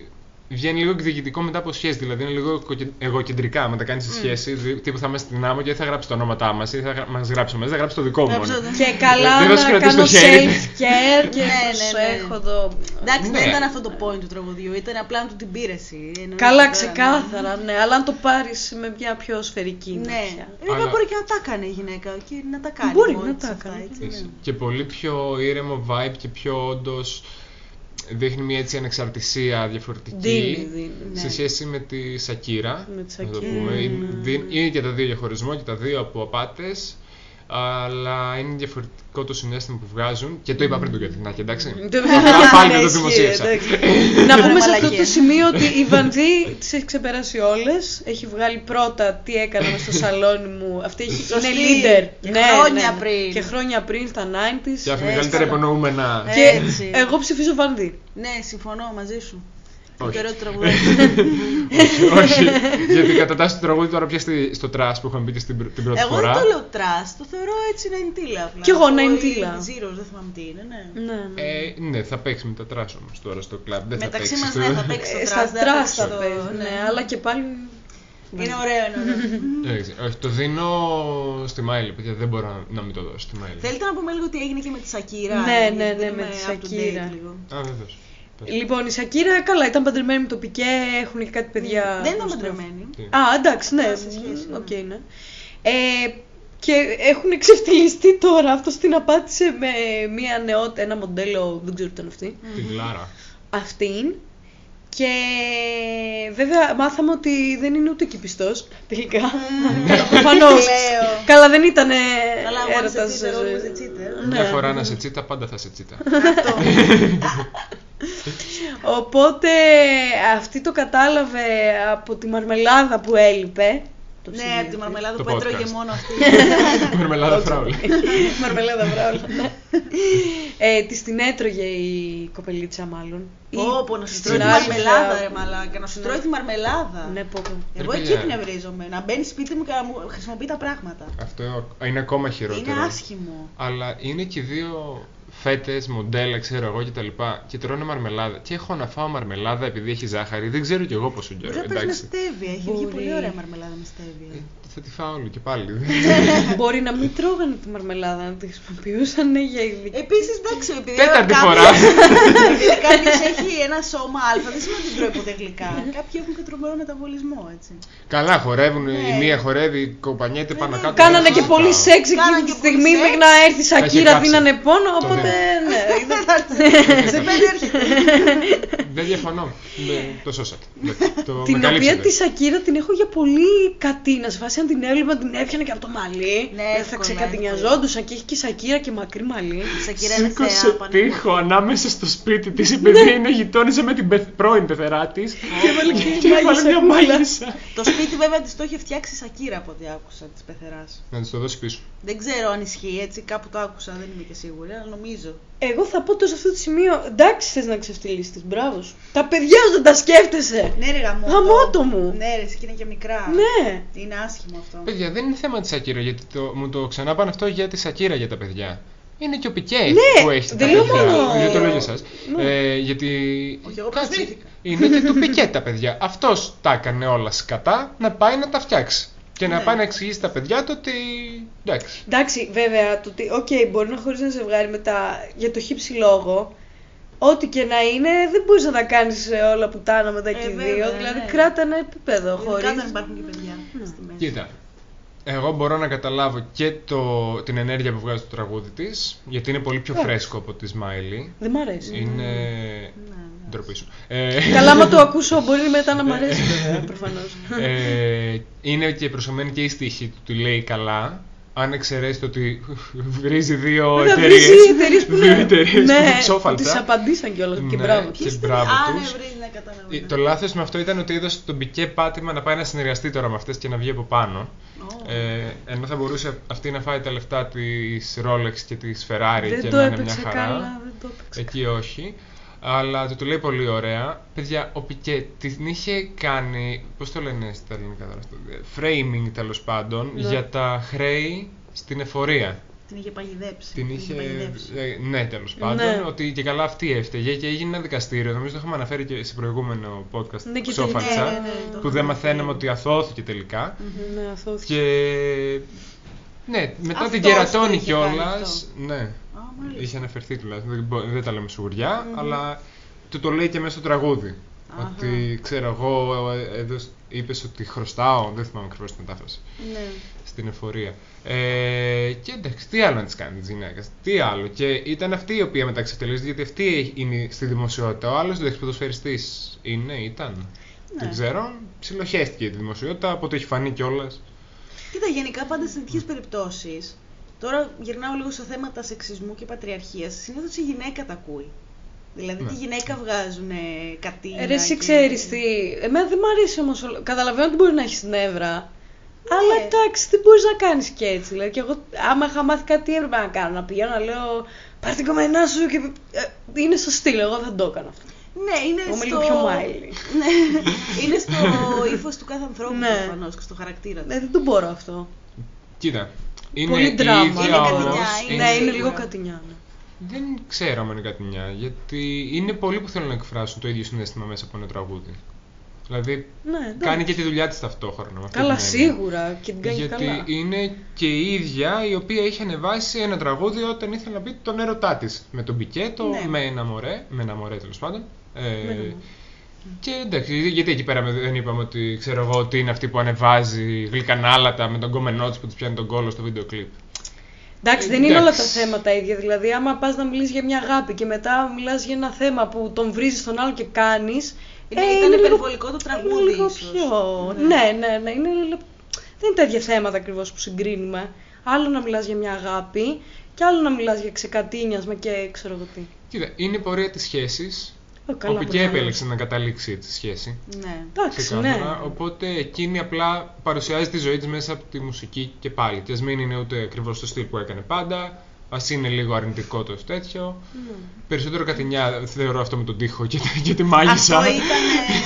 S3: Βγαίνει λίγο εκδικητικό μετά από σχέση. Δηλαδή είναι λίγο κοκεν- εγωκεντρικά. Μα τα κάνεις σε σχέση, δι- τύπου θα είμαστε στην άμμο και δεν θα γράψεις τα ονόματά μας ή θα μας γράψει εμά, θα γράψει το δικό μου.
S4: Γράψε
S3: μόνο.
S4: το-
S2: Και καλά
S3: Δεν θα σου
S2: να
S3: κρατήσω
S2: κάνω
S3: το χέρι.
S2: self-care και
S4: Ναι, ναι, ναι.
S2: προσέχω εδώ.
S4: Εντάξει,
S3: Ναι.
S4: δεν ήταν αυτό το point του τραγουδιού, ήταν απλά να του την πήρες εσύ. Εννοείται
S2: Καλά,
S4: τώρα,
S2: ξεκάθαρα, ναι. Αλλά αν το πάρεις με μια πιο σφαιρική
S4: Ναι.
S2: ματιά.
S4: Ναι. Βέβαια
S3: Αλλά-
S4: μπορεί και να τα έκανε η γυναίκα και να τα κάνει.
S2: Μπορεί
S4: μόνη
S2: να
S4: της
S2: τα
S4: αυτά,
S2: έκανε,
S4: έτσι,
S3: Έτσι.
S4: ναι.
S3: Και πολύ πιο ήρεμο vibe και πιο όντως δείχνει μια έτσι ανεξαρτησία διαφορετική.
S2: Δίνει, δίνει.
S4: Ναι.
S3: σε σχέση με τη Σακύρα.
S2: Με τη
S3: να το
S2: Σακύρα.
S3: πούμε.
S2: Mm.
S3: Είναι δι- είναι και τα δύο για χωρισμό και τα δύο από απάτες. αλλά είναι διαφορετικό το συνέστημα που βγάζουν και το είπα πριν το Κατρινάκι, εντάξει.
S2: Δεν-
S3: Απλά πάλι
S4: Ναι,
S3: δεν το
S4: ισχύει,
S3: δημοσίευσα.
S4: εντάξει.
S2: Να πούμε σε
S4: Μαλακία.
S2: αυτό το σημείο ότι η Βανδί τις έχει ξεπεράσει όλες. Έχει βγάλει πρώτα τι έκανα μες στο σαλόνι μου. Αυτή έχει, είναι
S4: Σωστή.
S2: leader. Ναι,
S4: Και χρόνια πριν.
S2: Και χρόνια πριν στα 90s.
S3: Και αφού
S4: Ε,
S3: μεγαλύτερα
S4: καλά.
S3: υπονοούμενα.
S4: Ε,
S2: Και
S4: Έτσι.
S2: εγώ ψηφίζω Βανδί.
S4: Ναι, συμφωνώ μαζί σου.
S3: Όχι.
S4: Το ωραίο τραγουδάκι.
S3: Όχι, γιατί κατατάσσει το τραγούδι τώρα πια στη- στο τρας που είχαμε πει και στην πρω- την πρώτη
S4: Εγώ
S3: φορά.
S4: δεν το λέω τρας, το θεωρώ έτσι 90 απλά.
S2: Κι εγώ
S4: Το
S2: 90.
S4: Zeros, δεν θυμάμαι τι είναι, ναι.
S2: Ναι, ναι.
S3: Ε, ναι, θα παίξει με τα τρας όμως τώρα στο κλαμπ. Δεν
S4: Μεταξύ
S3: θα
S4: μας
S3: παίξει.
S4: ναι,
S3: στο-
S4: θα παίξει
S2: Ε,
S4: το
S2: στα
S4: τρας. δεν
S2: τρας
S4: θα
S2: τα
S4: παίξει το-
S2: παίζουν, ναι, αλλά και πάλι. Ναι.
S4: Είναι ωραίο, είναι ωραίο.
S3: Εντάξει, Όχι, το δίνω στη Μάιλη, παιδιά. Δεν μπορώ να- να μην το δώσω στη Μάιλη.
S4: Θέλετε να πούμε λίγο τι έγινε και με τη Σακύρα.
S2: Ναι,
S4: γιατί
S2: ναι,
S4: δεν
S2: ναι,
S4: είμαι
S2: με τη
S4: up to date
S2: Σακύρα.
S4: λίγο.
S3: Α, βεβαίως. Πες.
S2: Λοιπόν, η Σακύρα, καλά, ήταν παντρεμένη με το Πικέ, έχουν και κάτι παιδιά.
S4: Ναι, Δεν ήταν
S2: γνωστά.
S4: παντρεμένη.
S3: Τι.
S2: Α, εντάξει, ναι.
S4: Α, σε σχέση, ναι.
S2: Οκ, ναι. Ε, και έχουν ξεφτυλιστεί τώρα. Αυτό την απάτησε με μια νεότητα, ένα μοντέλο, δεν ξέρω τι ήταν αυτή.
S3: Την Κλάρα.
S2: Αυτήν. Και βέβαια μάθαμε ότι δεν είναι ούτε κυπιστό τελικά. Προφανώς.
S4: Mm. Λέω.
S2: Καλά, δεν ήταν
S4: Αλλά one is a
S2: έρωτα.
S4: cheater, always a
S2: Ναι.
S4: cheater.
S3: Μια φορά να σε τσίτα, πάντα θα σε τσίτα.
S4: Αυτό.
S2: Οπότε αυτή το κατάλαβε από τη μαρμελάδα που έλειπε. Το
S4: Ναι,
S2: ψυγείο
S4: από τη
S2: της.
S4: μαρμελάδα
S3: Το
S4: που έτρωγε
S3: podcast.
S4: μόνο αυτή.
S2: Ναι.
S3: Μερμελάδα φράουλα.
S2: Μαρμελάδα βράουλα. ε, της την έτρωγε η κοπελίτσα, μάλλον. Ή
S4: Όπω να σου
S2: στην
S4: τρώει τη
S2: άλλη
S4: μαρμελάδα,
S2: δουλειά.
S4: ρε μαλάκα. Να σου
S2: Ναι.
S4: τρώει τη μαρμελάδα.
S2: Ναι, πω. πω.
S4: Εγώ
S3: Ρε,
S4: εκεί
S3: παιδιά.
S4: εκνευρίζομαι. Να μπαίνει σπίτι μου και να μου χρησιμοποιεί τα πράγματα.
S3: Αυτό είναι ακόμα χειρότερο.
S4: Είναι άσχημο.
S3: Αλλά είναι και οι δύο φέτες, μοντέλα, ξέρω εγώ κτλ. Και τρώνε μαρμελάδα. Και έχω να φάω μαρμελάδα επειδή έχει ζάχαρη. Δεν ξέρω κι εγώ πόσο καιρό.
S4: Μπορεί να παίζει με
S3: Ε, Εντάξει.
S4: στέβια. Έχει βγει
S2: Μπορεί.
S4: πολύ ωραία μαρμελάδα με στέβια.
S3: Ε, Θα τη φάω όλο και πάλι.
S2: Μπορεί να μην τρώγανε τη μαρμελάδα, να τη χρησιμοποιούσαν για ειδική.
S4: Επίσης, εντάξει, επειδή.
S3: Ε, Τέταρτη
S4: κάποιος-
S3: φορά.
S4: επειδή κάποιος έχει ένα σώμα Α, δεν σημαίνει ότι τρώει ποτέ γλυκά. Κάποιοι έχουν και τρομερό μεταβολισμό, έτσι.
S3: Καλά, χορεύουν. Η
S4: Ναι.
S3: μία χορεύει, κοπανιέται πάνω
S4: ναι.
S3: κάτω.
S2: Ε, Κάνανε
S3: Δεν
S2: και
S3: συζητάω.
S2: πολύ σεξ
S4: Κάνανε
S2: εκείνη τη
S4: και πολύ
S2: στιγμή
S4: σεξ.
S2: μέχρι να έρθει η
S3: έχει
S2: Σακύρα,
S3: κάψει.
S2: δίνανε πόνο,
S3: Το
S2: οπότε ναι.
S4: Ε, Σε πέντε έρχεται.
S3: Δεν διαφωνώ. Ναι, το σώσατε. Ναι, Το
S2: Την οποία
S3: μεγαλύψατε.
S2: τη Σακύρα την έχω για πολύ κατίνα. Σε φάση αν την έβλεπα, την έπιανε και από το μαλλί.
S4: Ναι,
S2: Ε, θα
S4: εύκολα,
S2: ξεκατηνιαζόντουσαν και έχει και η Σακύρα και μακρύ μαλλί.
S4: Σαν κυρία
S3: Σήκωσε
S4: Νεσέα, πανεπιστήμιο.
S3: τείχο ανάμεσα στο σπίτι της. Η παιδιά είναι γειτόνιζε με την πεθ- πρώην πεθερά της. Και έβαλε
S2: και
S3: και έβαλε
S2: μάγισσα
S3: μια
S2: κούλα.
S3: μάγισσα.
S4: Το σπίτι βέβαια της το είχε φτιάξει η Σακύρα από ό,τι άκουσα της πεθεράς.
S3: Να της το δώσεις πίσω.
S4: Δεν ξέρω αν ισχύει έτσι, κάπου το άκουσα, δεν είμαι και σίγουρη, αλλά νομίζω.
S2: Εγώ θα πω τόσο σε αυτό το σημείο, εντάξει θες να ξεφτυλίσεις, μπράβο σου. Τα παιδιά σου δεν τα σκέφτεσαι.
S4: Ναι, ρε γαμότο.
S2: Γαμότο μου.
S4: Ναι, ρε, εσύ και είναι και μικρά.
S2: Ναι.
S4: Είναι άσχημο αυτό.
S3: Παιδιά, δεν είναι θέμα της Σακύρα, γιατί το, μου το ξανά πάνε αυτό για τη Σακύρα για τα παιδιά. Είναι και ο Πικέ
S2: Ναι,
S3: που έχει
S2: δεν
S3: τα
S2: λέω
S3: παιδιά.
S2: μόνο-
S3: Δεν το λέω για εσά.
S2: Ναι.
S3: Ε, γιατί.
S4: Όχι, εγώ
S3: Κάτσε,
S4: προσβλήθηκα.
S3: Είναι και του Πικέ τα παιδιά. Αυτός τα έκανε όλα σκατά να πάει να τα φτιάξει. Και να
S4: Ναι.
S3: πάει να εξηγήσει τα παιδιά του ότι. Εντάξει.
S2: Εντάξει, βέβαια, το ότι, οκ, μπορεί να χωρίζει ένα ζευγάρι μετά για το χύψη λόγο. Ό,τι και να είναι, δεν μπορείς να τα κάνεις όλα πουτάνα μετά
S4: Ε,
S2: και οι
S4: βέβαια,
S2: δύο. δηλαδή,
S4: ναι.
S2: κράτα ένα επίπεδο χωρί.
S4: Ειδικά δεν υπάρχουν και παιδιά στη μέση.
S3: Κοίτα. Εγώ μπορώ να καταλάβω και το, την ενέργεια που βγάζει το τραγούδι της, γιατί είναι πολύ πιο
S2: Ε.
S3: φρέσκο από τη Σμάιλι.
S2: Δεν μ' αρέσει.
S3: Είναι.
S4: Ναι, ναι.
S3: Ντροπή σου. Ε,
S2: Καλά, άμα το ακούσω, μπορεί μετά να μ' αρέσει, βέβαια, προφανώς.
S3: ε, είναι και προσωμένη και η στίχη του, τη λέει καλά. Αν εξαιρέσετε ότι βρίζει δύο
S2: Βέβαια,
S3: εταιρείε.
S2: βρει οι εταιρείες που
S3: Δύο εταιρείες
S2: Ναι,
S3: ψόφαλτα.
S2: τις απαντήσαν κιόλας. Και
S3: Ναι.
S2: μπράβο. τους.
S3: Και
S4: Ποιες
S3: μπράβο
S4: ήταν- Α,
S3: τους.
S4: ναι, βρίζει, ναι, κατάλαβα.
S3: Ε,
S4: ναι.
S3: Το λάθος με αυτό ήταν ότι έδωσε τον πικέ πάτημα να πάει να συνεργαστεί τώρα με αυτές και να βγει από πάνω.
S4: Ω.
S3: Ε, ενώ θα μπορούσε αυτή να φάει τα λεφτά της Rolex και της Ferrari και
S2: Δεν το
S3: να είναι μια
S2: έπαιξε
S3: χαρά.
S2: καλά. Δεν το έπαιξε.
S3: Εκεί όχι. Αλλά του το λέει πολύ ωραία. Παιδιά, ο Πικέ την είχε κάνει. Πώς το λένε στα ελληνικά τώρα αυτό. ε, Framing τέλος πάντων
S2: Ναι.
S3: για τα χρέη στην εφορία.
S4: Την είχε παγιδέψει.
S3: Την είχε.
S4: παγιδέψει.
S3: ε, Ναι, τέλος πάντων.
S2: Ναι.
S3: Ότι και καλά αυτή έφταιγε και έγινε ένα δικαστήριο. Νομίζω το είχαμε αναφέρει και σε προηγούμενο podcast.
S2: Ναι, και
S3: Ξόφαλτσα,
S2: τελικά, ναι,
S4: το
S3: Που
S4: είχαμε
S3: δεν
S4: πει.
S3: μαθαίναμε ότι αθώθηκε τελικά.
S2: Ναι, αθώθηκε.
S3: Και. Ναι, μετά την
S4: Αυτός το
S3: κερατώνει
S4: είχε κάνει
S3: κιόλας.
S4: αυτό.
S3: Ναι.
S4: Α, μάλιστα.
S3: Είχε αναφερθεί τουλάχιστον, δεν, μπο- δεν τα λέμε σιγουριά, αλλά του το λέει και μέσα στο τραγούδι.
S4: Αχα.
S3: Ότι ξέρω εγώ, ε, έδωσ- είπες ότι χρωστάω, δεν θυμάμαι ακριβώς τη μετάφραση,
S4: Ναι.
S3: στην εφορία. Ε, και εντάξει, τι άλλο να της κάνει τη γυναίκα, τι άλλο. Και ήταν αυτή η οποία μετά ξεφτελίζεται, γιατί αυτή είναι στη δημοσιότητα. Ο άλλος εντάξει, ποδοσφαιριστή είναι, ήταν. Δεν ξέρω, ψιλοχέστηκε η δημοσιότητα από ό,τι έχει φανεί κιόλας.
S4: Κοίτα, γενικά πάντα σε τέτοιες περιπτώσεις Τώρα γυρνάω λίγο σε θέματα σεξισμού και πατριαρχίας. Συνήθως η γυναίκα τα ακούει. Δηλαδή
S3: Ναι.
S4: τη γυναίκα βγάζουν κατήνα.
S2: Ε, Ρε, εσύ ξέρεις τι. Εμένα δεν μ' αρέσει όμως. Καταλαβαίνω ότι μπορεί να έχεις νεύρα.
S4: Ναι.
S2: Αλλά εντάξει, τι μπορείς να κάνεις και έτσι. Δηλαδή, και εγώ, άμα είχα μάθει κάτι, τι έπρεπε να κάνω. Να πηγαίνω να λέω Πάρε την κομμενά σου και. ε, είναι στο στυλ. Εγώ δεν το έκανα αυτό.
S4: Ναι, είναι
S2: Εγώ είμαι
S4: στο...
S2: λίγο πιο μάιλι.
S4: ναι, είναι στο ύφος του κάθε ανθρώπου
S2: Ναι.
S4: προφανώς και στο χαρακτήρα του.
S2: Ναι, δεν το μπορώ αυτό.
S3: Κοίτα. Είναι
S2: Πολύ
S3: η
S2: δράμα.
S3: ίδια
S4: Είναι
S3: όμως.
S4: κατηνιά, είναι
S2: Ναι, είναι
S4: σίγουρα.
S2: λίγο κατηνιά. ναι.
S3: Δεν ξέρω αν είναι κατηνιά, γιατί είναι πολλοί που θέλουν να εκφράσουν το ίδιο συνέστημα μέσα από ένα τραγούδι. Δηλαδή,
S2: Ναι, εντάξει.
S3: κάνει και τη δουλειά της ταυτόχρονα. με αυτή
S2: Καλά,
S3: την έννοια.
S2: σίγουρα. Και την κάνει
S3: Γιατί
S2: καλά.
S3: είναι και η ίδια η οποία είχε ανεβάσει ένα τραγούδι όταν ήθελε να πει τον έρωτά της. Με τον πικέτο,
S4: Ναι.
S3: με ένα μωρέ, με ένα μωρέ τέλος πάντων.
S2: ένα
S3: Ε,
S2: μωρέ.
S3: και εντάξει, γιατί εκεί πέρα με- δεν είπαμε ότι ξέρω εγώ ότι είναι αυτή που ανεβάζει γλυκανάλατα με τον κόμενό τη που τη πιάνει τον κόλο στο βίντεο κλιπ.
S2: Εντάξει, δεν είναι όλα τα
S3: Εντάξει.
S2: θέματα ίδια. Δηλαδή, άμα πας να μιλήσεις για μια αγάπη και μετά μιλάς για ένα θέμα που τον βρίζεις τον άλλο και κάνεις.
S4: Είναι- ήταν υπερβολικό το τραγούδι,
S2: ε, Είναι λίγο
S4: ίσως.
S2: πιο.
S4: Ναι.
S2: Ναι, ναι, ναι. Είναι, λε- δεν είναι τα ίδια θέματα ακριβώς που συγκρίνουμε. Άλλο να μιλάς για μια αγάπη και άλλο να μιλάς για ξεκατίνιασμα και ξέρω εγώ τι.
S3: Κοίτα, είναι η πορεία της σχέσης.
S2: Ο, καλά,
S3: Όπου και
S2: προφανώς.
S3: επέλεξε να καταλήξει έτσι τη σχέση.
S4: Ναι.
S2: Εντάξει, ναι.
S3: ξεκάθαρα. Οπότε εκείνη απλά παρουσιάζει τη ζωή της μέσα από τη μουσική και πάλι. Και α μην είναι ούτε ακριβώς το στυλ που έκανε πάντα, ας είναι λίγο αρνητικό το τέτοιο.
S4: Ναι.
S3: Περισσότερο κατηνιά θεωρώ αυτό με τον τοίχο και, τη- και τη μάγισσα.
S4: Αυτό ήταν.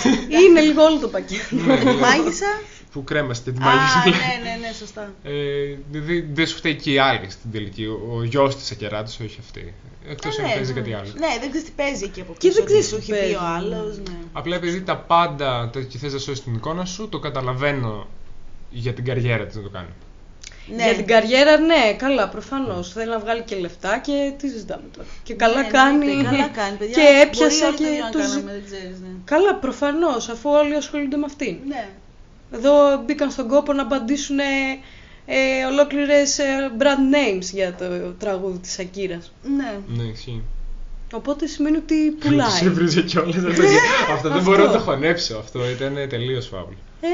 S2: Είναι λίγο όλο το πακέτο.
S3: Ναι, δηλαδή,
S4: Μάγισσα.
S3: που κρέμαστε τη
S4: Α,
S3: μάγισσα.
S4: ναι, ναι, ναι, σωστά.
S3: Ε, δηλαδή, δεν σου φταίει και η άλλη στην τελική. Ο, ο γιος της ακεράτησε, όχι αυτή. Εκτός
S4: Α,
S3: αν
S4: ναι.
S3: παίζει κάτι άλλο.
S4: Ναι, δεν ξέρεις τι παίζει εκεί από πίσω.
S2: Και δεν
S4: τι
S2: ξέρεις
S4: σου
S2: τι
S4: έχει
S2: παίζει,
S4: πει ο
S2: ναι.
S4: άλλος. Ναι.
S3: Απλά επειδή τα πάντα τα- και θες να σώσεις την εικόνα σου, το καταλαβαίνω για την καριέρα της να το κάνει.
S4: Ναι.
S2: Για την καριέρα, ναι, καλά, προφανώς. Θέλει να βγάλει και λεφτά και τι ζητάμε τώρα. Και καλά
S4: Ναι,
S2: κάνει.
S4: εννοείται, Καλά κάνει, παιδιά.
S2: Και έπιασα
S4: Μπορεί όλοι
S2: και
S4: να
S2: το
S4: κάναμε,
S2: ζη-
S4: Δεν ξέρεις, ναι.
S2: Καλά, προφανώς, αφού όλοι ασχολούνται με αυτήν.
S4: Ναι.
S2: Εδώ μπήκαν στον κόπο να απαντήσουν ε, ε, ολόκληρες brand names για το τραγούδι της Ακύρας.
S4: Ναι.
S3: Ναι, ισχύει.
S2: Οπότε σημαίνει ότι
S3: Τους
S2: πουλάει.
S3: έβριζε κιόλας. δεν το- Αυτό δεν
S2: Αυτό.
S3: μπορώ να το χωνέψω. Αυτό ήταν τελείως φαύλ.
S2: ε,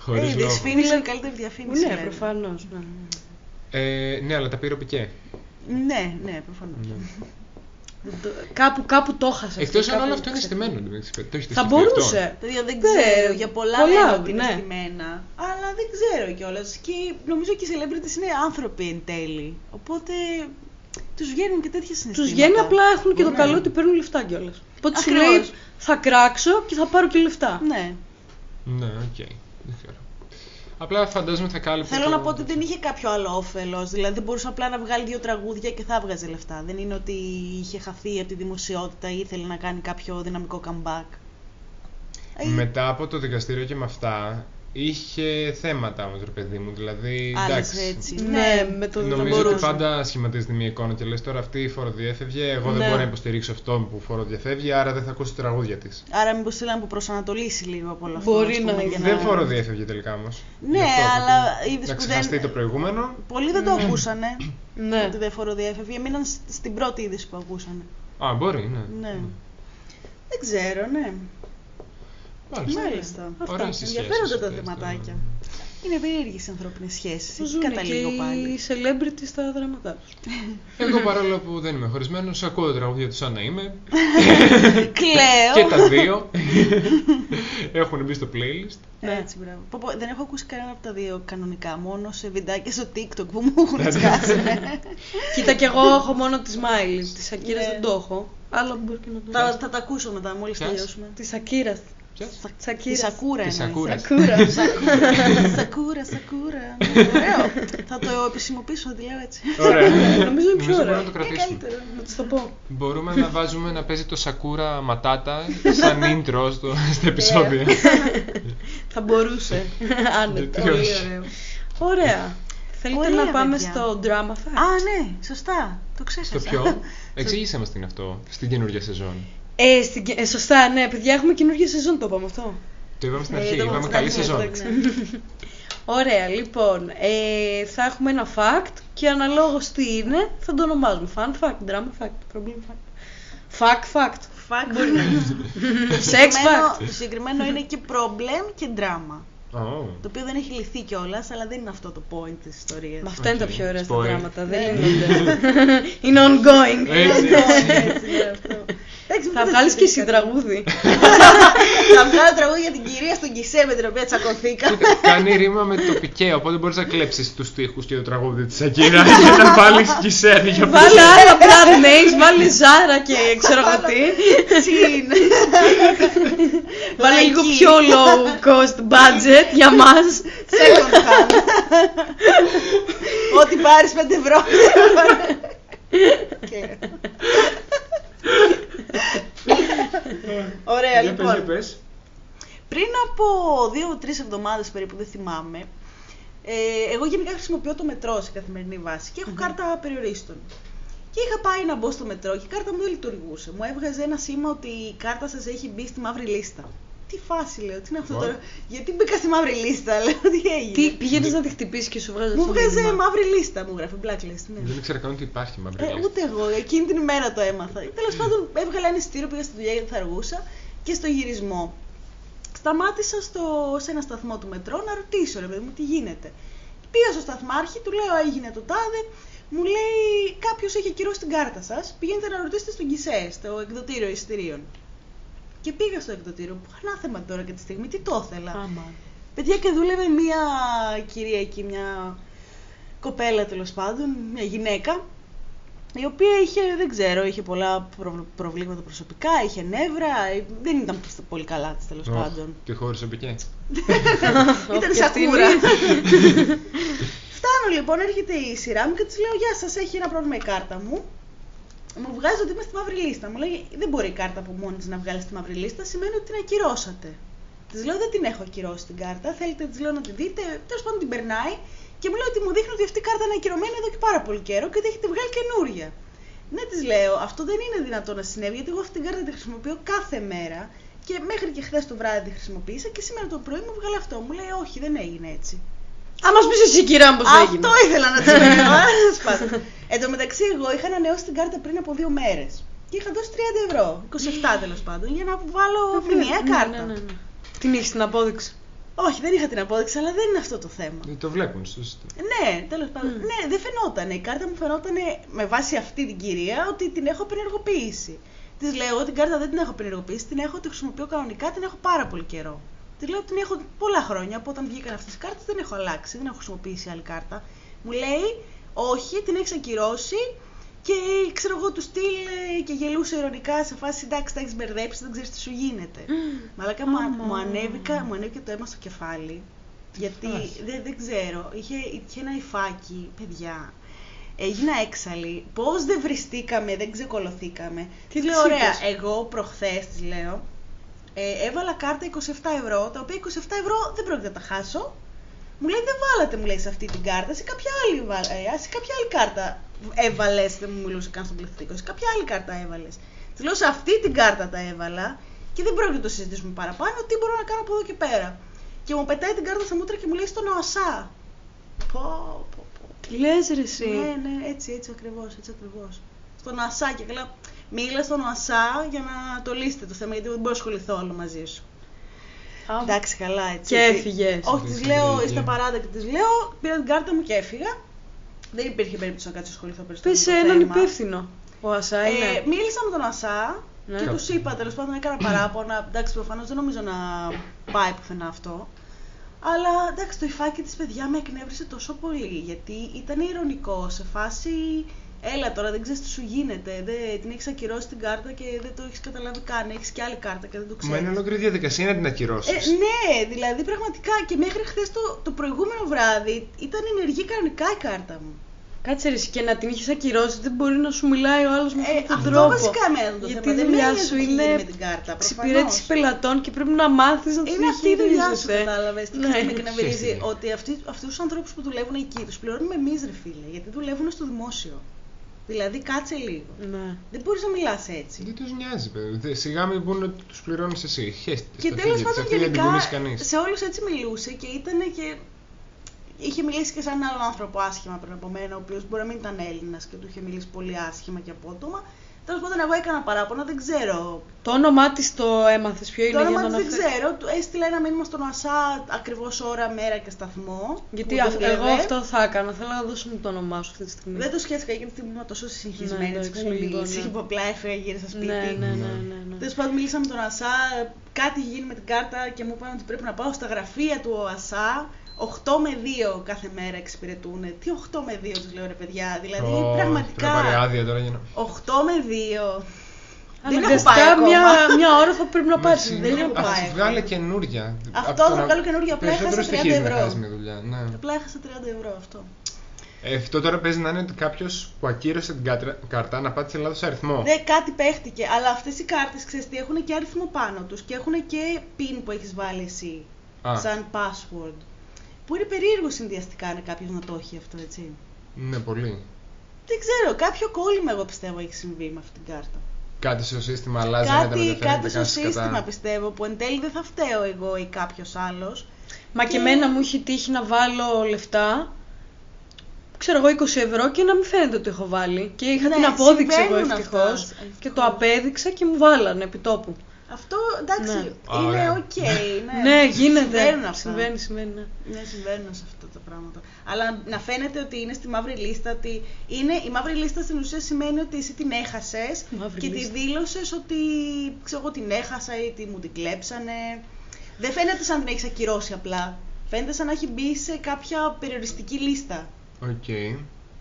S3: Χωρίς
S4: Ε,
S3: λόγο.
S4: Δυσφήμιση είναι η καλύτερη διαφήμιση.
S2: ναι,
S4: λένε.
S2: προφανώς. Ναι.
S3: Ε, ναι, αλλά τα πήρε ο Πικέ.
S4: Ναι, ναι, προφανώς.
S2: Το- Κάπου, κάπου το χάσα.
S3: Εκτός αν
S2: κάπου
S3: όλο αυτό είναι
S2: ξε-
S3: στημένο. δεν ξέρω, Το έχετε
S2: Θα
S3: σκεφτεί αυτό?
S2: μπορούσε.
S4: Παιδιά, Δηλαδή, δεν
S2: Ναι,
S4: ξέρω. Για πολλά,
S2: πολλά,
S4: λένε ότι είναι
S2: ναι.
S4: στημένα. Αλλά δεν ξέρω κιόλας. Και νομίζω και οι celebrities είναι άνθρωποι εν τέλει. Οπότε τους βγαίνουν και τέτοια
S2: Του
S4: συναισθήματα.
S2: βγαίνει απλά έχουν και το
S3: Ναι.
S2: καλό ότι παίρνουν λεφτά κιόλας. Οπότε σου
S4: Ακριβώς.
S2: λέει θα κράξω και θα πάρω και λεφτά.
S4: Ναι.
S3: Ναι, οκ. Δεν ξέρω. Απλά φαντάζομαι θα κάλυψε.
S4: Θέλω
S3: το-
S4: να πω ότι δεν είχε κάποιο άλλο όφελος. Δηλαδή δεν μπορούσε απλά να βγάλει δύο τραγούδια και θα έβγαζε λεφτά. Δεν είναι ότι είχε χαθεί από τη δημοσιότητα ή ήθελε να κάνει κάποιο δυναμικό comeback. Ε,
S3: Μετά από το δικαστήριο και με αυτά, είχε θέματα όμως, ρε παιδί μου. Δηλαδή.
S4: άλλες
S3: εντάξει.
S4: έτσι.
S2: Ναι, με το θα
S3: Νομίζω
S2: μπορούσε.
S3: ότι πάντα σχηματίζεται μια εικόνα και λες τώρα αυτή φοροδιέφευγε. Εγώ
S2: Ναι.
S3: δεν μπορώ να υποστηρίξω αυτόν που φοροδιαφεύγει, άρα δεν θα ακούσει τα τραγούδια της.
S4: Άρα μήπως θέλει να προσανατολίσει λίγο από όλο αυτό.
S2: Μπορεί
S4: ας πούμε,
S2: να-
S4: για
S3: Δεν φοροδιέφευγε τελικά όμως.
S4: Ναι, αλλά είδες
S3: Να
S4: που
S3: ξεχαστεί
S4: δεν-
S3: το προηγούμενο.
S4: Πολλοί δεν το ακούσανε.
S2: Ναι.
S4: Ότι δεν φοροδιέφευγε. Μείναν σ- στην πρώτη είδηση που ακούσανε.
S3: Α, μπορεί, ναι.
S4: Ναι. Δεν ξέρω, ναι.
S3: Μάλιστα.
S4: Μάλιστα.
S3: Ωραία
S2: Αυτά.
S3: στις
S4: Ναι, Ενδιαφέροντα
S3: σχέσεις
S4: τα
S3: αυτές,
S4: θεματάκια.
S3: ναι.
S4: Είναι περίεργες οι ανθρώπινες σχέσεις.
S2: Ζουν
S4: Κατά
S2: και
S4: λίγο πάλι.
S2: οι celebrity στα δράματά τους.
S3: Εγώ παρόλο που δεν είμαι χωρισμένος, ακούω τραγούδια τους σαν να είμαι.
S4: Ε,
S3: και
S4: Κλαίω.
S3: τα δύο έχουν μπει στο playlist.
S4: Ναι, Έτσι, μπράβο. Πω, πω, δεν έχω ακούσει κανένα από τα δύο κανονικά. Μόνο σε βιντεάκια στο TikTok που μου έχουν σκάσει. ναι.
S2: Κοίτα κι εγώ έχω μόνο τη Μάιλι. Τη Σακύρα
S4: Ναι.
S2: δεν το έχω. Αλλά μπορεί και να το
S4: Θα, θα τα ακούσω μετά, μόλις
S3: Ποιας?
S4: τελειώσουμε.
S2: Τη Σακύρα.
S3: Ποιας?
S4: Τη
S2: Σακύρα.
S4: σακούρα
S3: Τη ναι.
S4: εννοείς.
S3: σακούρα.
S2: Σακούρα.
S4: Σακούρα, σακούρα. Ναι, Ωραίο. Θα το επισημοποιήσω, θα τη λέω έτσι.
S3: Ωραία.
S2: Νομίζω είναι πιο
S3: μπορούμε
S2: ωραίο.
S4: Ε,
S3: να το κρατήσουμε.
S2: Ε, Να τη το πω.
S3: Μπορούμε να βάζουμε να παίζει το Σακούρα Ματάτα σαν intro στο, στα
S2: Ε,
S3: επεισόδια.
S2: Θα μπορούσε.
S3: Γιατί
S2: Άνετα.
S3: όχι.
S2: Πολύ ωραίο. Ωραία. Θέλετε
S4: Ωραία,
S2: να πάμε
S4: παιδιά.
S2: στο drama fact.
S4: Α, ναι, σωστά. Το
S3: Στο
S4: ξέχασα.
S3: ποιο. Εξήγησε μας την αυτό στην καινούργια σεζόν.
S2: Ε, στην... ε, σωστά, ναι, παιδιά, έχουμε καινούργια σεζόν, το είπαμε αυτό.
S3: Το είπαμε στην
S4: Ε,
S3: αρχή,
S4: το είπαμε
S3: είπαμε
S4: στην
S3: καλή
S4: αρχή,
S3: σεζόν.
S4: εντάξει.
S2: Ωραία, λοιπόν, ε, θα έχουμε ένα fact και αναλόγως τι είναι, θα το ονομάζουμε. Fun fact, drama fact, problem fact. Fact fact.
S4: Fact.
S2: Sex fact.
S4: Το συγκεκριμένο είναι και problem και drama.
S3: Oh.
S4: Το οποίο δεν έχει λυθεί κιόλας, αλλά δεν είναι αυτό το point της ιστορίας.
S2: Μα αυτά είναι τα
S3: Οκ,
S2: πιο ωραία στα
S3: spoiler.
S2: πράγματα. Δεν
S4: Ναι.
S2: λύνονται. Είναι ongoing.
S3: Έτσι.
S2: Ναι, Θα βγάλεις και εσύ τραγούδι.
S4: Θα βγάλω τραγούδι για την κυρία στον Κισέ με την οποία τσακωθήκα.
S3: Κοίτα, κάνει ρήμα με το πικέ, οπότε μπορείς να κλέψεις τους τοίχου και το τραγούδι της Ακύρα και να βάλεις σκισέρι για
S2: Βάλε άλλα brand names, βάλε Ζάρα και ξέρω εγώ τι.
S4: Τσιν.
S2: Βάλε
S4: Nike.
S2: λίγο πιο low cost budget για μας.
S4: Second hand. Ό,τι πάρεις 5 ευρώ. Και- Ωραία,
S3: Για πες, για
S4: λοιπόν.
S3: πες.
S4: Πριν από 2-3 εβδομάδες περίπου, δεν θυμάμαι, ε, εγώ γενικά χρησιμοποιώ το μετρό σε καθημερινή βάση και έχω κάρτα περιορίστων. Και είχα πάει να μπω στο μετρό και η κάρτα μου δεν λειτουργούσε. Μου έβγαζε ένα σήμα ότι η κάρτα σας έχει μπει στη μαύρη λίστα. Τι φάση λέω, τι είναι αυτό
S3: What?
S4: τώρα. Γιατί μπήκα στη μαύρη λίστα, λέω, τι έγινε.
S2: Τι πηγαίνεις να τη χτυπήσεις και σου βγάζει
S4: Μου
S2: αυτό το
S4: βγάζε
S2: μήνυμα.
S4: μαύρη λίστα, μου γράφει blacklist. Ναι.
S3: Δεν ήξερα καν ότι υπάρχει μαύρη
S4: Ε,
S3: λίστα.
S4: ούτε εγώ, εκείνη την ημέρα το έμαθα. Τέλος πάντων, έβγαλα ένα εισιτήριο, πήγα στη δουλειά γιατί θα αργούσα και στο γυρισμό. Σταμάτησα στο, σε ένα σταθμό του μετρό να ρωτήσω, ρε παιδί μου, τι γίνεται. Πήγα στο σταθμάρχη, του λέω έγινε το τάδε, μου λέει κάποιος έχει ακυρώσει την κάρτα σας. Πηγαίνετε να ρωτήσετε στον Κισέ, στο εκδοτήριο εισιτηρίων. Και πήγα στο εκδοτήριο, που ανάθεμα τώρα και τη στιγμή, τι το ήθελα.
S2: Άμα.
S4: Παιδιά και δούλευε μία κυρία εκεί, μία κοπέλα τέλος πάντων, μία γυναίκα, η οποία είχε, δεν ξέρω, είχε πολλά προ- προβλήματα προσωπικά, είχε νεύρα, ε, δεν ήταν πολύ καλά της τέλος
S3: Ωχ,
S4: πάντων.
S3: Τι χώρισε ο πικέ.
S4: Ήταν
S2: και αυτή
S4: σακούρα.
S2: είναι.
S4: Φτάνω λοιπόν, έρχεται η σειρά μου και της λέω: Γεια σας, έχει ένα πρόβλημα η κάρτα μου. Μου βγάζει ότι είμαι στη μαύρη λίστα. Μου λέει: Δεν μπορεί η κάρτα από μόνη της να βγάλει στη μαύρη λίστα, σημαίνει ότι την ακυρώσατε. Της λέω: Δεν την έχω ακυρώσει την κάρτα. Θέλετε, της λέω να τη δείτε. Τέλος πάντων την περνάει και μου λέει ότι μου δείχνει ότι αυτή η κάρτα είναι ακυρωμένη εδώ και πάρα πολύ καιρό και ότι έχετε βγάλει καινούρια. Ναι, της λέω, αυτό δεν είναι δυνατό να συνέβη, γιατί εγώ αυτή την κάρτα τη χρησιμοποιώ κάθε μέρα και μέχρι και χθες το βράδυ τη χρησιμοποίησα και σήμερα το πρωί μου βγάλε αυτό. Μου λέει, Όχι, δεν έγινε έτσι.
S2: Α μας πεις εσύ κυρία μου πώς έγινε.
S4: Αυτό ήθελα να τσιμπήσω. Εν τω μεταξύ, εγώ είχα ανανεώσει την κάρτα πριν από δύο μέρες. Και είχα δώσει 30 ευρώ, 27 τέλος πάντων, για να βάλω μηνιαία
S2: Ναι,
S4: κάρτα.
S2: ναι, ναι, ναι. Την έχεις την απόδειξη.
S4: Όχι, δεν είχα την απόδειξη, αλλά δεν είναι αυτό το θέμα.
S3: Ε, Το βλέπουν στους...
S4: Ναι, τέλος πάντων.
S2: Μμ.
S4: Ναι, δεν φαινόταν. Η κάρτα μου φαινόταν με βάση αυτή την κυρία ότι την έχω απενεργοποιήσει. Της λέω: «Εγώ Την κάρτα δεν την έχω απενεργοποιήσει, την έχω, τη χρησιμοποιώ κανονικά, την έχω πάρα πολύ καιρό. Τη λέω: Την έχω πολλά χρόνια από όταν βγήκαν αυτές τις κάρτες, δεν έχω αλλάξει, δεν έχω χρησιμοποιήσει άλλη κάρτα. Μου λέει: Όχι, την έχεις ακυρώσει και ξέρω εγώ του στυλ ε, και γελούσε ειρωνικά σε φάση εντάξει, τα έχεις μπερδέψει, δεν ξέρεις τι σου γίνεται. Μαλάκα μου, α-
S2: Άμα.
S4: μου, ανέβηκα, μου ανέβηκε το αίμα στο κεφάλι. Γιατί
S3: φάση.
S4: δεν, δεν ξέρω, είχε, είχε ένα υφάκι, παιδιά. Έγινα έξαλλη. Πώς δεν βριστήκαμε, δεν ξεκολωθήκαμε.
S2: Τι
S4: Τι λέω,
S2: της
S4: ωραία,
S2: είπες?
S4: εγώ προχθές της λέω. Ε, έβαλα κάρτα 27 ευρώ, τα οποία 27 ευρώ δεν πρόκειται να τα χάσω. Μου λέει δεν βάλατε, μου λέει σε αυτή την κάρτα, σε κάποια άλλη, βα- ε, σε κάποια άλλη κάρτα έβαλες. Δεν μου μιλούσε καν στον πληθυντικό, σε κάποια άλλη κάρτα έβαλες. Της λέω σε αυτή την κάρτα τα έβαλα και δεν πρόκειται να το συζητήσουμε παραπάνω. Τι μπορώ να κάνω από εδώ και πέρα. Και μου πετάει την κάρτα στα μούτρα και μου λέει στον ΟΑΣΑ. Πω, πω, πω.
S2: Τι λες ρε εσύ.
S4: Ναι, ναι, έτσι, έτσι ακριβώς, έτσι ακριβώς. Στον ΟΑΣΑ και καλά. Μίλα στον ΟΑΣΑ για να το λύσετε το θέμα, γιατί δεν μπορώ να ασχοληθώ όλο μαζί σου.
S2: Α,
S4: Εντάξει, καλά, έτσι.
S2: Και έφυγες.
S4: Όχι, τη
S3: Στην
S4: λέω,
S3: Βελγία.
S4: είστε παράδεκτη, τη λέω, πήρα την κάρτα μου και έφυγα. Δεν υπήρχε περίπτωση να κάτσω να ασχοληθώ περισσότερο.
S2: Πες σε
S4: με το
S2: έναν
S4: θέμα.
S2: υπεύθυνο. Ο Ασά
S4: Ε,
S2: είναι.
S4: μίλησα με τον ΑΣΑ
S2: Ναι.
S4: και τους είπα τέλος πάντων, έκανα παράπονα. Εντάξει, προφανώς δεν νομίζω να πάει πουθενά αυτό. Αλλά εντάξει, το υφάκι της παιδιά με εκνεύρισε τόσο πολύ. Γιατί ήταν ηρωνικό σε φάση. Έλα τώρα, δεν ξέρεις τι σου γίνεται. Δεν, την έχεις ακυρώσει την κάρτα και δεν το έχεις καταλάβει καν. Έχεις και άλλη κάρτα και δεν το
S3: Μα
S4: ξέρει.
S3: είναι ολόκληρη διαδικασία να την ακυρώσεις.
S4: Ε, ναι, δηλαδή πραγματικά και μέχρι χθες το, το προηγούμενο βράδυ ήταν ενεργή κανονικά η κάρτα μου.
S2: Κάτσε ρε εσύ, και να την είχες ακυρώσει δεν μπορεί να σου μιλάει ο άλλος με
S4: Ε,
S2: αυτόν τον
S4: αυτό
S2: τρόπο.
S4: βασικά εμένα ήταν το
S2: Γιατί
S4: θέμα.
S2: η
S4: Δεν
S2: δουλειά
S4: με
S2: σου
S4: νοιάζει τι
S2: είναι
S4: γίνεται με την κάρτα, προφανώς.
S2: εξυπηρέτηση πελατών και πρέπει να μάθεις να τους
S4: Είναι αυτή η δουλειά σου,
S2: διαχειρίζεσαι.
S4: κατάλαβες. Τι
S2: Ναι.
S4: ξέρεις τι με εκνευρίζει.
S3: Χαίρομαι.
S4: Ότι αυτοί, αυτούς τους ανθρώπους που δουλεύουν εκεί, τους πληρώνουμε εμείς ρε φίλε, γιατί δουλεύουν στο δημόσιο. Δηλαδή κάτσε λίγο.
S2: Ναι.
S4: Δεν μπορείς να μιλάς έτσι.
S3: Δεν τους νοιάζει, παιδί. Δε- Σιγά μην πούνε ότι τους πληρώνεις εσύ. Χαίρετε.
S4: Και
S3: στα
S4: τέλος
S3: χέρια της.
S4: πάντων
S3: Αυτή δεν την
S4: γενικά
S3: κουνήσει κανείς.
S4: σε όλους έτσι μιλούσε και ήταν και... Είχε μιλήσει και σε έναν άλλον άνθρωπο άσχημα πριν από μένα, ο οποίος μπορεί να μην ήταν Έλληνας και του είχε μιλήσει πολύ άσχημα και απότομα. Τέλος πάντων, εγώ έκανα παράπονα, δεν ξέρω.
S2: Το όνομά της το έμαθες. Ποιο είναι
S4: το
S2: για
S4: όνομα
S2: να
S4: της δεν
S2: αναφέρεις?
S4: ξέρω. Του έστειλα ένα μήνυμα στον ΟΑΣΑ ακριβώς ώρα, μέρα και σταθμό.
S2: Γιατί
S4: που
S2: αυ-
S4: δούλευε.
S2: εγώ αυτό θα έκανα. Θέλω να δώσω μου το όνομά σου αυτή τη στιγμή.
S4: ε. Δεν το σκέφτηκα γιατί την ήμουν τόσο συγχυσμένη
S2: Ναι,
S4: τη
S2: εντάξει, λίγο,
S4: σχολή.
S2: ναι.
S4: Που απλά έφυγα γύρισα σπίτι.
S2: ναι, ναι, ναι, ναι, ναι.
S4: Τέλος πάντων, μίλησα με τον ΑΣΑ. Κάτι είχε γίνει με την κάρτα και μου είπαν ότι πρέπει να πάω στα γραφεία του ΟΑΣΑ. 8 με 2 κάθε μέρα εξυπηρετούν. Τι 8 με 2 τους λέω ρε παιδιά. Δηλαδή
S3: Ω, Πρέπει
S4: πραγματικά.
S3: να πάρει άδεια τώρα για να.
S4: 8 με 2. Δεν έχω πάει
S2: Αναγκαστικά
S4: ακόμα.
S2: μια, μια ώρα θα πρέπει να πάρει.
S3: Μισή.
S4: δεν έχω
S3: Ας
S4: πάει
S3: Βγάλε
S4: ακόμα.
S3: καινούρια.
S4: Αυτό
S3: Απ' το
S4: θα
S3: να-
S4: βγάλω καινούρια, απλά έχασα
S3: Περισσότερο
S4: 30
S3: στοιχείς να
S4: ευρώ.
S3: χάσεις με δουλειά. Ναι.
S4: Απλά έχασα 30 ευρώ αυτό.
S3: Ε, αυτό τώρα παίζει να είναι ότι κάποιος που ακύρωσε την κάτρα- κάρτα να πάτησε λάθος αριθμό.
S4: Ναι, κάτι παίχτηκε, αλλά αυτές οι κάρτες ξέρεις τι έχουν και αριθμό πάνω τους και έχουν και pin που έχεις βάλει εσύ.
S3: Α,
S4: Σαν password. Που είναι περίεργο συνδυαστικά να κάποιος να το έχει αυτό, έτσι.
S3: ναι, πολύ.
S4: Δεν ξέρω, κάποιο κόλλημα εγώ πιστεύω έχει συμβεί με αυτή την κάρτα.
S3: Κάτι στο σύστημα αλλάζει να
S4: κάτι
S3: μεταφέρεται
S4: κάτι στο
S3: κάτι
S4: σύστημα
S3: κατά-
S4: πιστεύω που εν τέλει δεν θα φταίω εγώ ή κάποιος άλλος.
S2: Μα και εμένα μου έχει τύχει να βάλω λεφτά. Ξέρω εγώ 20 ευρώ και να μην φαίνεται ότι έχω βάλει. Και είχα
S4: Ναι,
S2: την απόδειξη εγώ
S4: συμβαίνουν αυτά,
S2: ευτυχώ.
S4: ευτυχώς.
S2: Και το απέδειξα και μου βάλανε επί τόπου.
S4: Αυτό εντάξει,
S3: Ναι.
S4: είναι
S3: Ωραία.
S4: οκ. ναι.
S2: Ναι, γίνεται.
S4: Συμβαίνουν αυτά.
S2: Συμβαίνει, συμβαίνει. Ναι.
S4: Ναι, συμβαίνουν σε αυτά τα πράγματα. Αλλά να φαίνεται ότι είναι στη μαύρη λίστα. Ότι είναι, η μαύρη λίστα στην ουσία σημαίνει ότι εσύ την έχασες
S2: Μαύρη
S4: και τη
S2: λίστα.
S4: δήλωσες ότι ξέρω εγώ την έχασα ή ότι μου την κλέψανε. Δεν φαίνεται σαν να την έχεις ακυρώσει απλά. Φαίνεται σαν να έχει μπει σε κάποια περιοριστική λίστα.
S3: Οκ.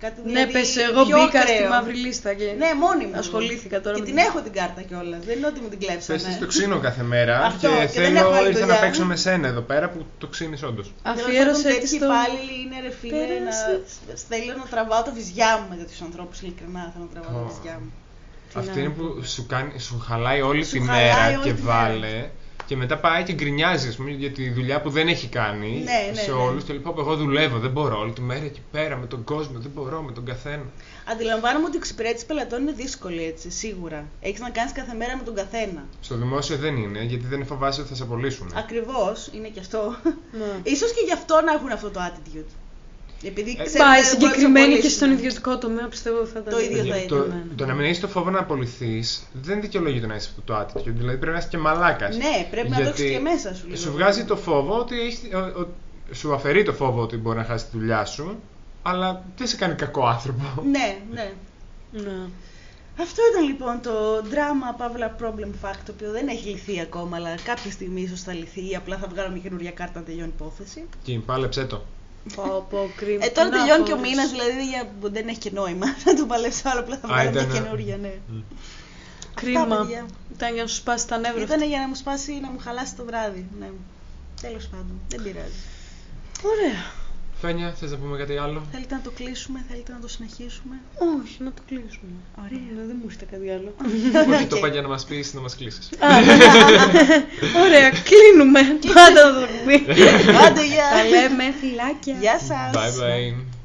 S4: Κάτι
S2: ναι,
S4: δηλαδή
S2: πες, εγώ
S4: πιο
S2: μπήκα στη
S4: ακραίο.
S2: μαύρη λίστα και.
S4: Ναι, μόνη μου.
S2: Ασχολήθηκα τώρα
S4: Και
S2: με
S4: την
S2: την-
S4: έχω την κάρτα κιόλας. Δεν είναι ότι μου την κλέψανε.
S3: Πες στο ξύνο κάθε μέρα
S4: Αυτό,
S3: και,
S4: και δεν έχω
S3: θέλω
S4: άλλη
S3: ήρθα να
S4: δουλειά.
S3: παίξω με σένα εδώ πέρα που το ξύνεις όντως.
S4: Τέλος
S2: Αφιέρωσε
S4: πάντων,
S2: τη
S4: τέτοιοι
S2: στο.
S4: υπάλληλοι είναι ρε φίλε
S2: Πέρασε.
S4: να... σ- Θέλω να τραβάω τα βυζιά μου με τέτοιους ανθρώπους, ειλικρινά θέλω να τραβάω
S3: Ω.
S4: τα βυζιά μου.
S3: Αυτή
S2: να
S3: είναι που σου, κάνει, σου χαλάει όλη
S4: Ναι. Σου
S3: τη
S4: χαλάει
S3: μέρα
S4: όλη
S3: και
S4: τη μέρα.
S3: βάλε. Και μετά πάει και γκρινιάζει ας πούμε, για τη δουλειά που δεν έχει κάνει
S4: Ναι, ναι,
S3: σε
S4: ναι.
S3: όλους. Και λοιπά, που εγώ δουλεύω, δεν μπορώ όλη τη μέρα εκεί πέρα με τον κόσμο, δεν μπορώ με τον καθένα.
S4: Αντιλαμβάνομαι ότι η εξυπηρέτηση πελατών είναι δύσκολη έτσι, σίγουρα. Έχεις να κάνεις κάθε μέρα με τον καθένα.
S3: Στο δημόσιο δεν είναι, γιατί δεν φοβάσαι ότι θα σε απολύσουν.
S4: Ακριβώς, είναι και αυτό.
S2: Ναι.
S4: Ίσως και γι' αυτό να έχουν αυτό το attitude. Επειδή
S3: Ε,
S4: ξέρουν
S2: Πάει
S4: ότι δεν μπορούν να
S2: συγκεκριμένη και
S4: τους
S2: στον
S4: απολύσουν.
S2: ιδιωτικό τομέα, πιστεύω θα ήταν.
S4: Το ίδιο θα
S3: το,
S4: ήταν,
S2: ναι.
S3: το να μην έχεις το φόβο να απολυθείς δεν δικαιολογεί το να είσαι το attitude. Δηλαδή πρέπει να είσαι και μαλάκας.
S4: Ναι, πρέπει να το έχεις και μέσα σου λίγο.
S3: Σου βγάζει το φόβο ότι έχεις- ο- ο- σου αφαιρεί το φόβο ότι μπορεί να χάσει τη δουλειά σου, αλλά δεν σε κάνει κακό άνθρωπο.
S4: Ναι, ναι.
S2: Ναι.
S4: Αυτό ήταν λοιπόν το drama Παύλα Problem Fact, το οποίο δεν έχει λυθεί ακόμα, αλλά κάποια στιγμή ίσως θα λυθεί ή απλά θα βγάλω μια καινούργια κάρτα να τελειώνει η υπόθεση.
S3: Και πάλεψε το.
S2: Πω, πω, κρίμα.
S4: Ε, τώρα
S2: Να
S4: τελειώνει και ο
S2: μπορείς.
S4: μήνας, δηλαδή για... δεν έχει και νόημα να το παλέψω άλλο, απλά θα
S3: Α,
S4: βγάλω μια
S3: ήταν, ε,
S4: καινούργια, ναι. Αυτά,
S2: Κρίμα.
S4: παιδιά.
S2: Ήταν για να σου σπάσει τα νεύρα.
S4: Ήταν για να μου σπάσει, να μου χαλάσει το βράδυ, ναι. Τέλος πάντων, δεν πειράζει.
S2: Ωραία.
S3: Φένια, θες να πούμε κάτι άλλο.
S4: Θέλετε να το κλείσουμε, θέλετε να το συνεχίσουμε.
S2: Όχι, να το κλείσουμε.
S4: Ωραία.
S2: Ναι, δεν μου ήρθε κάτι άλλο.
S3: Όχι,
S4: Οκ.
S3: το πάει για να μας πεις, να μας κλείσεις.
S2: ναι. Ωραία, κλείνουμε. Πάντα θα το πούμε.
S4: Άντε, γεια!
S2: Τα λέμε, φιλάκια.
S4: Γεια σας!
S3: Bye bye.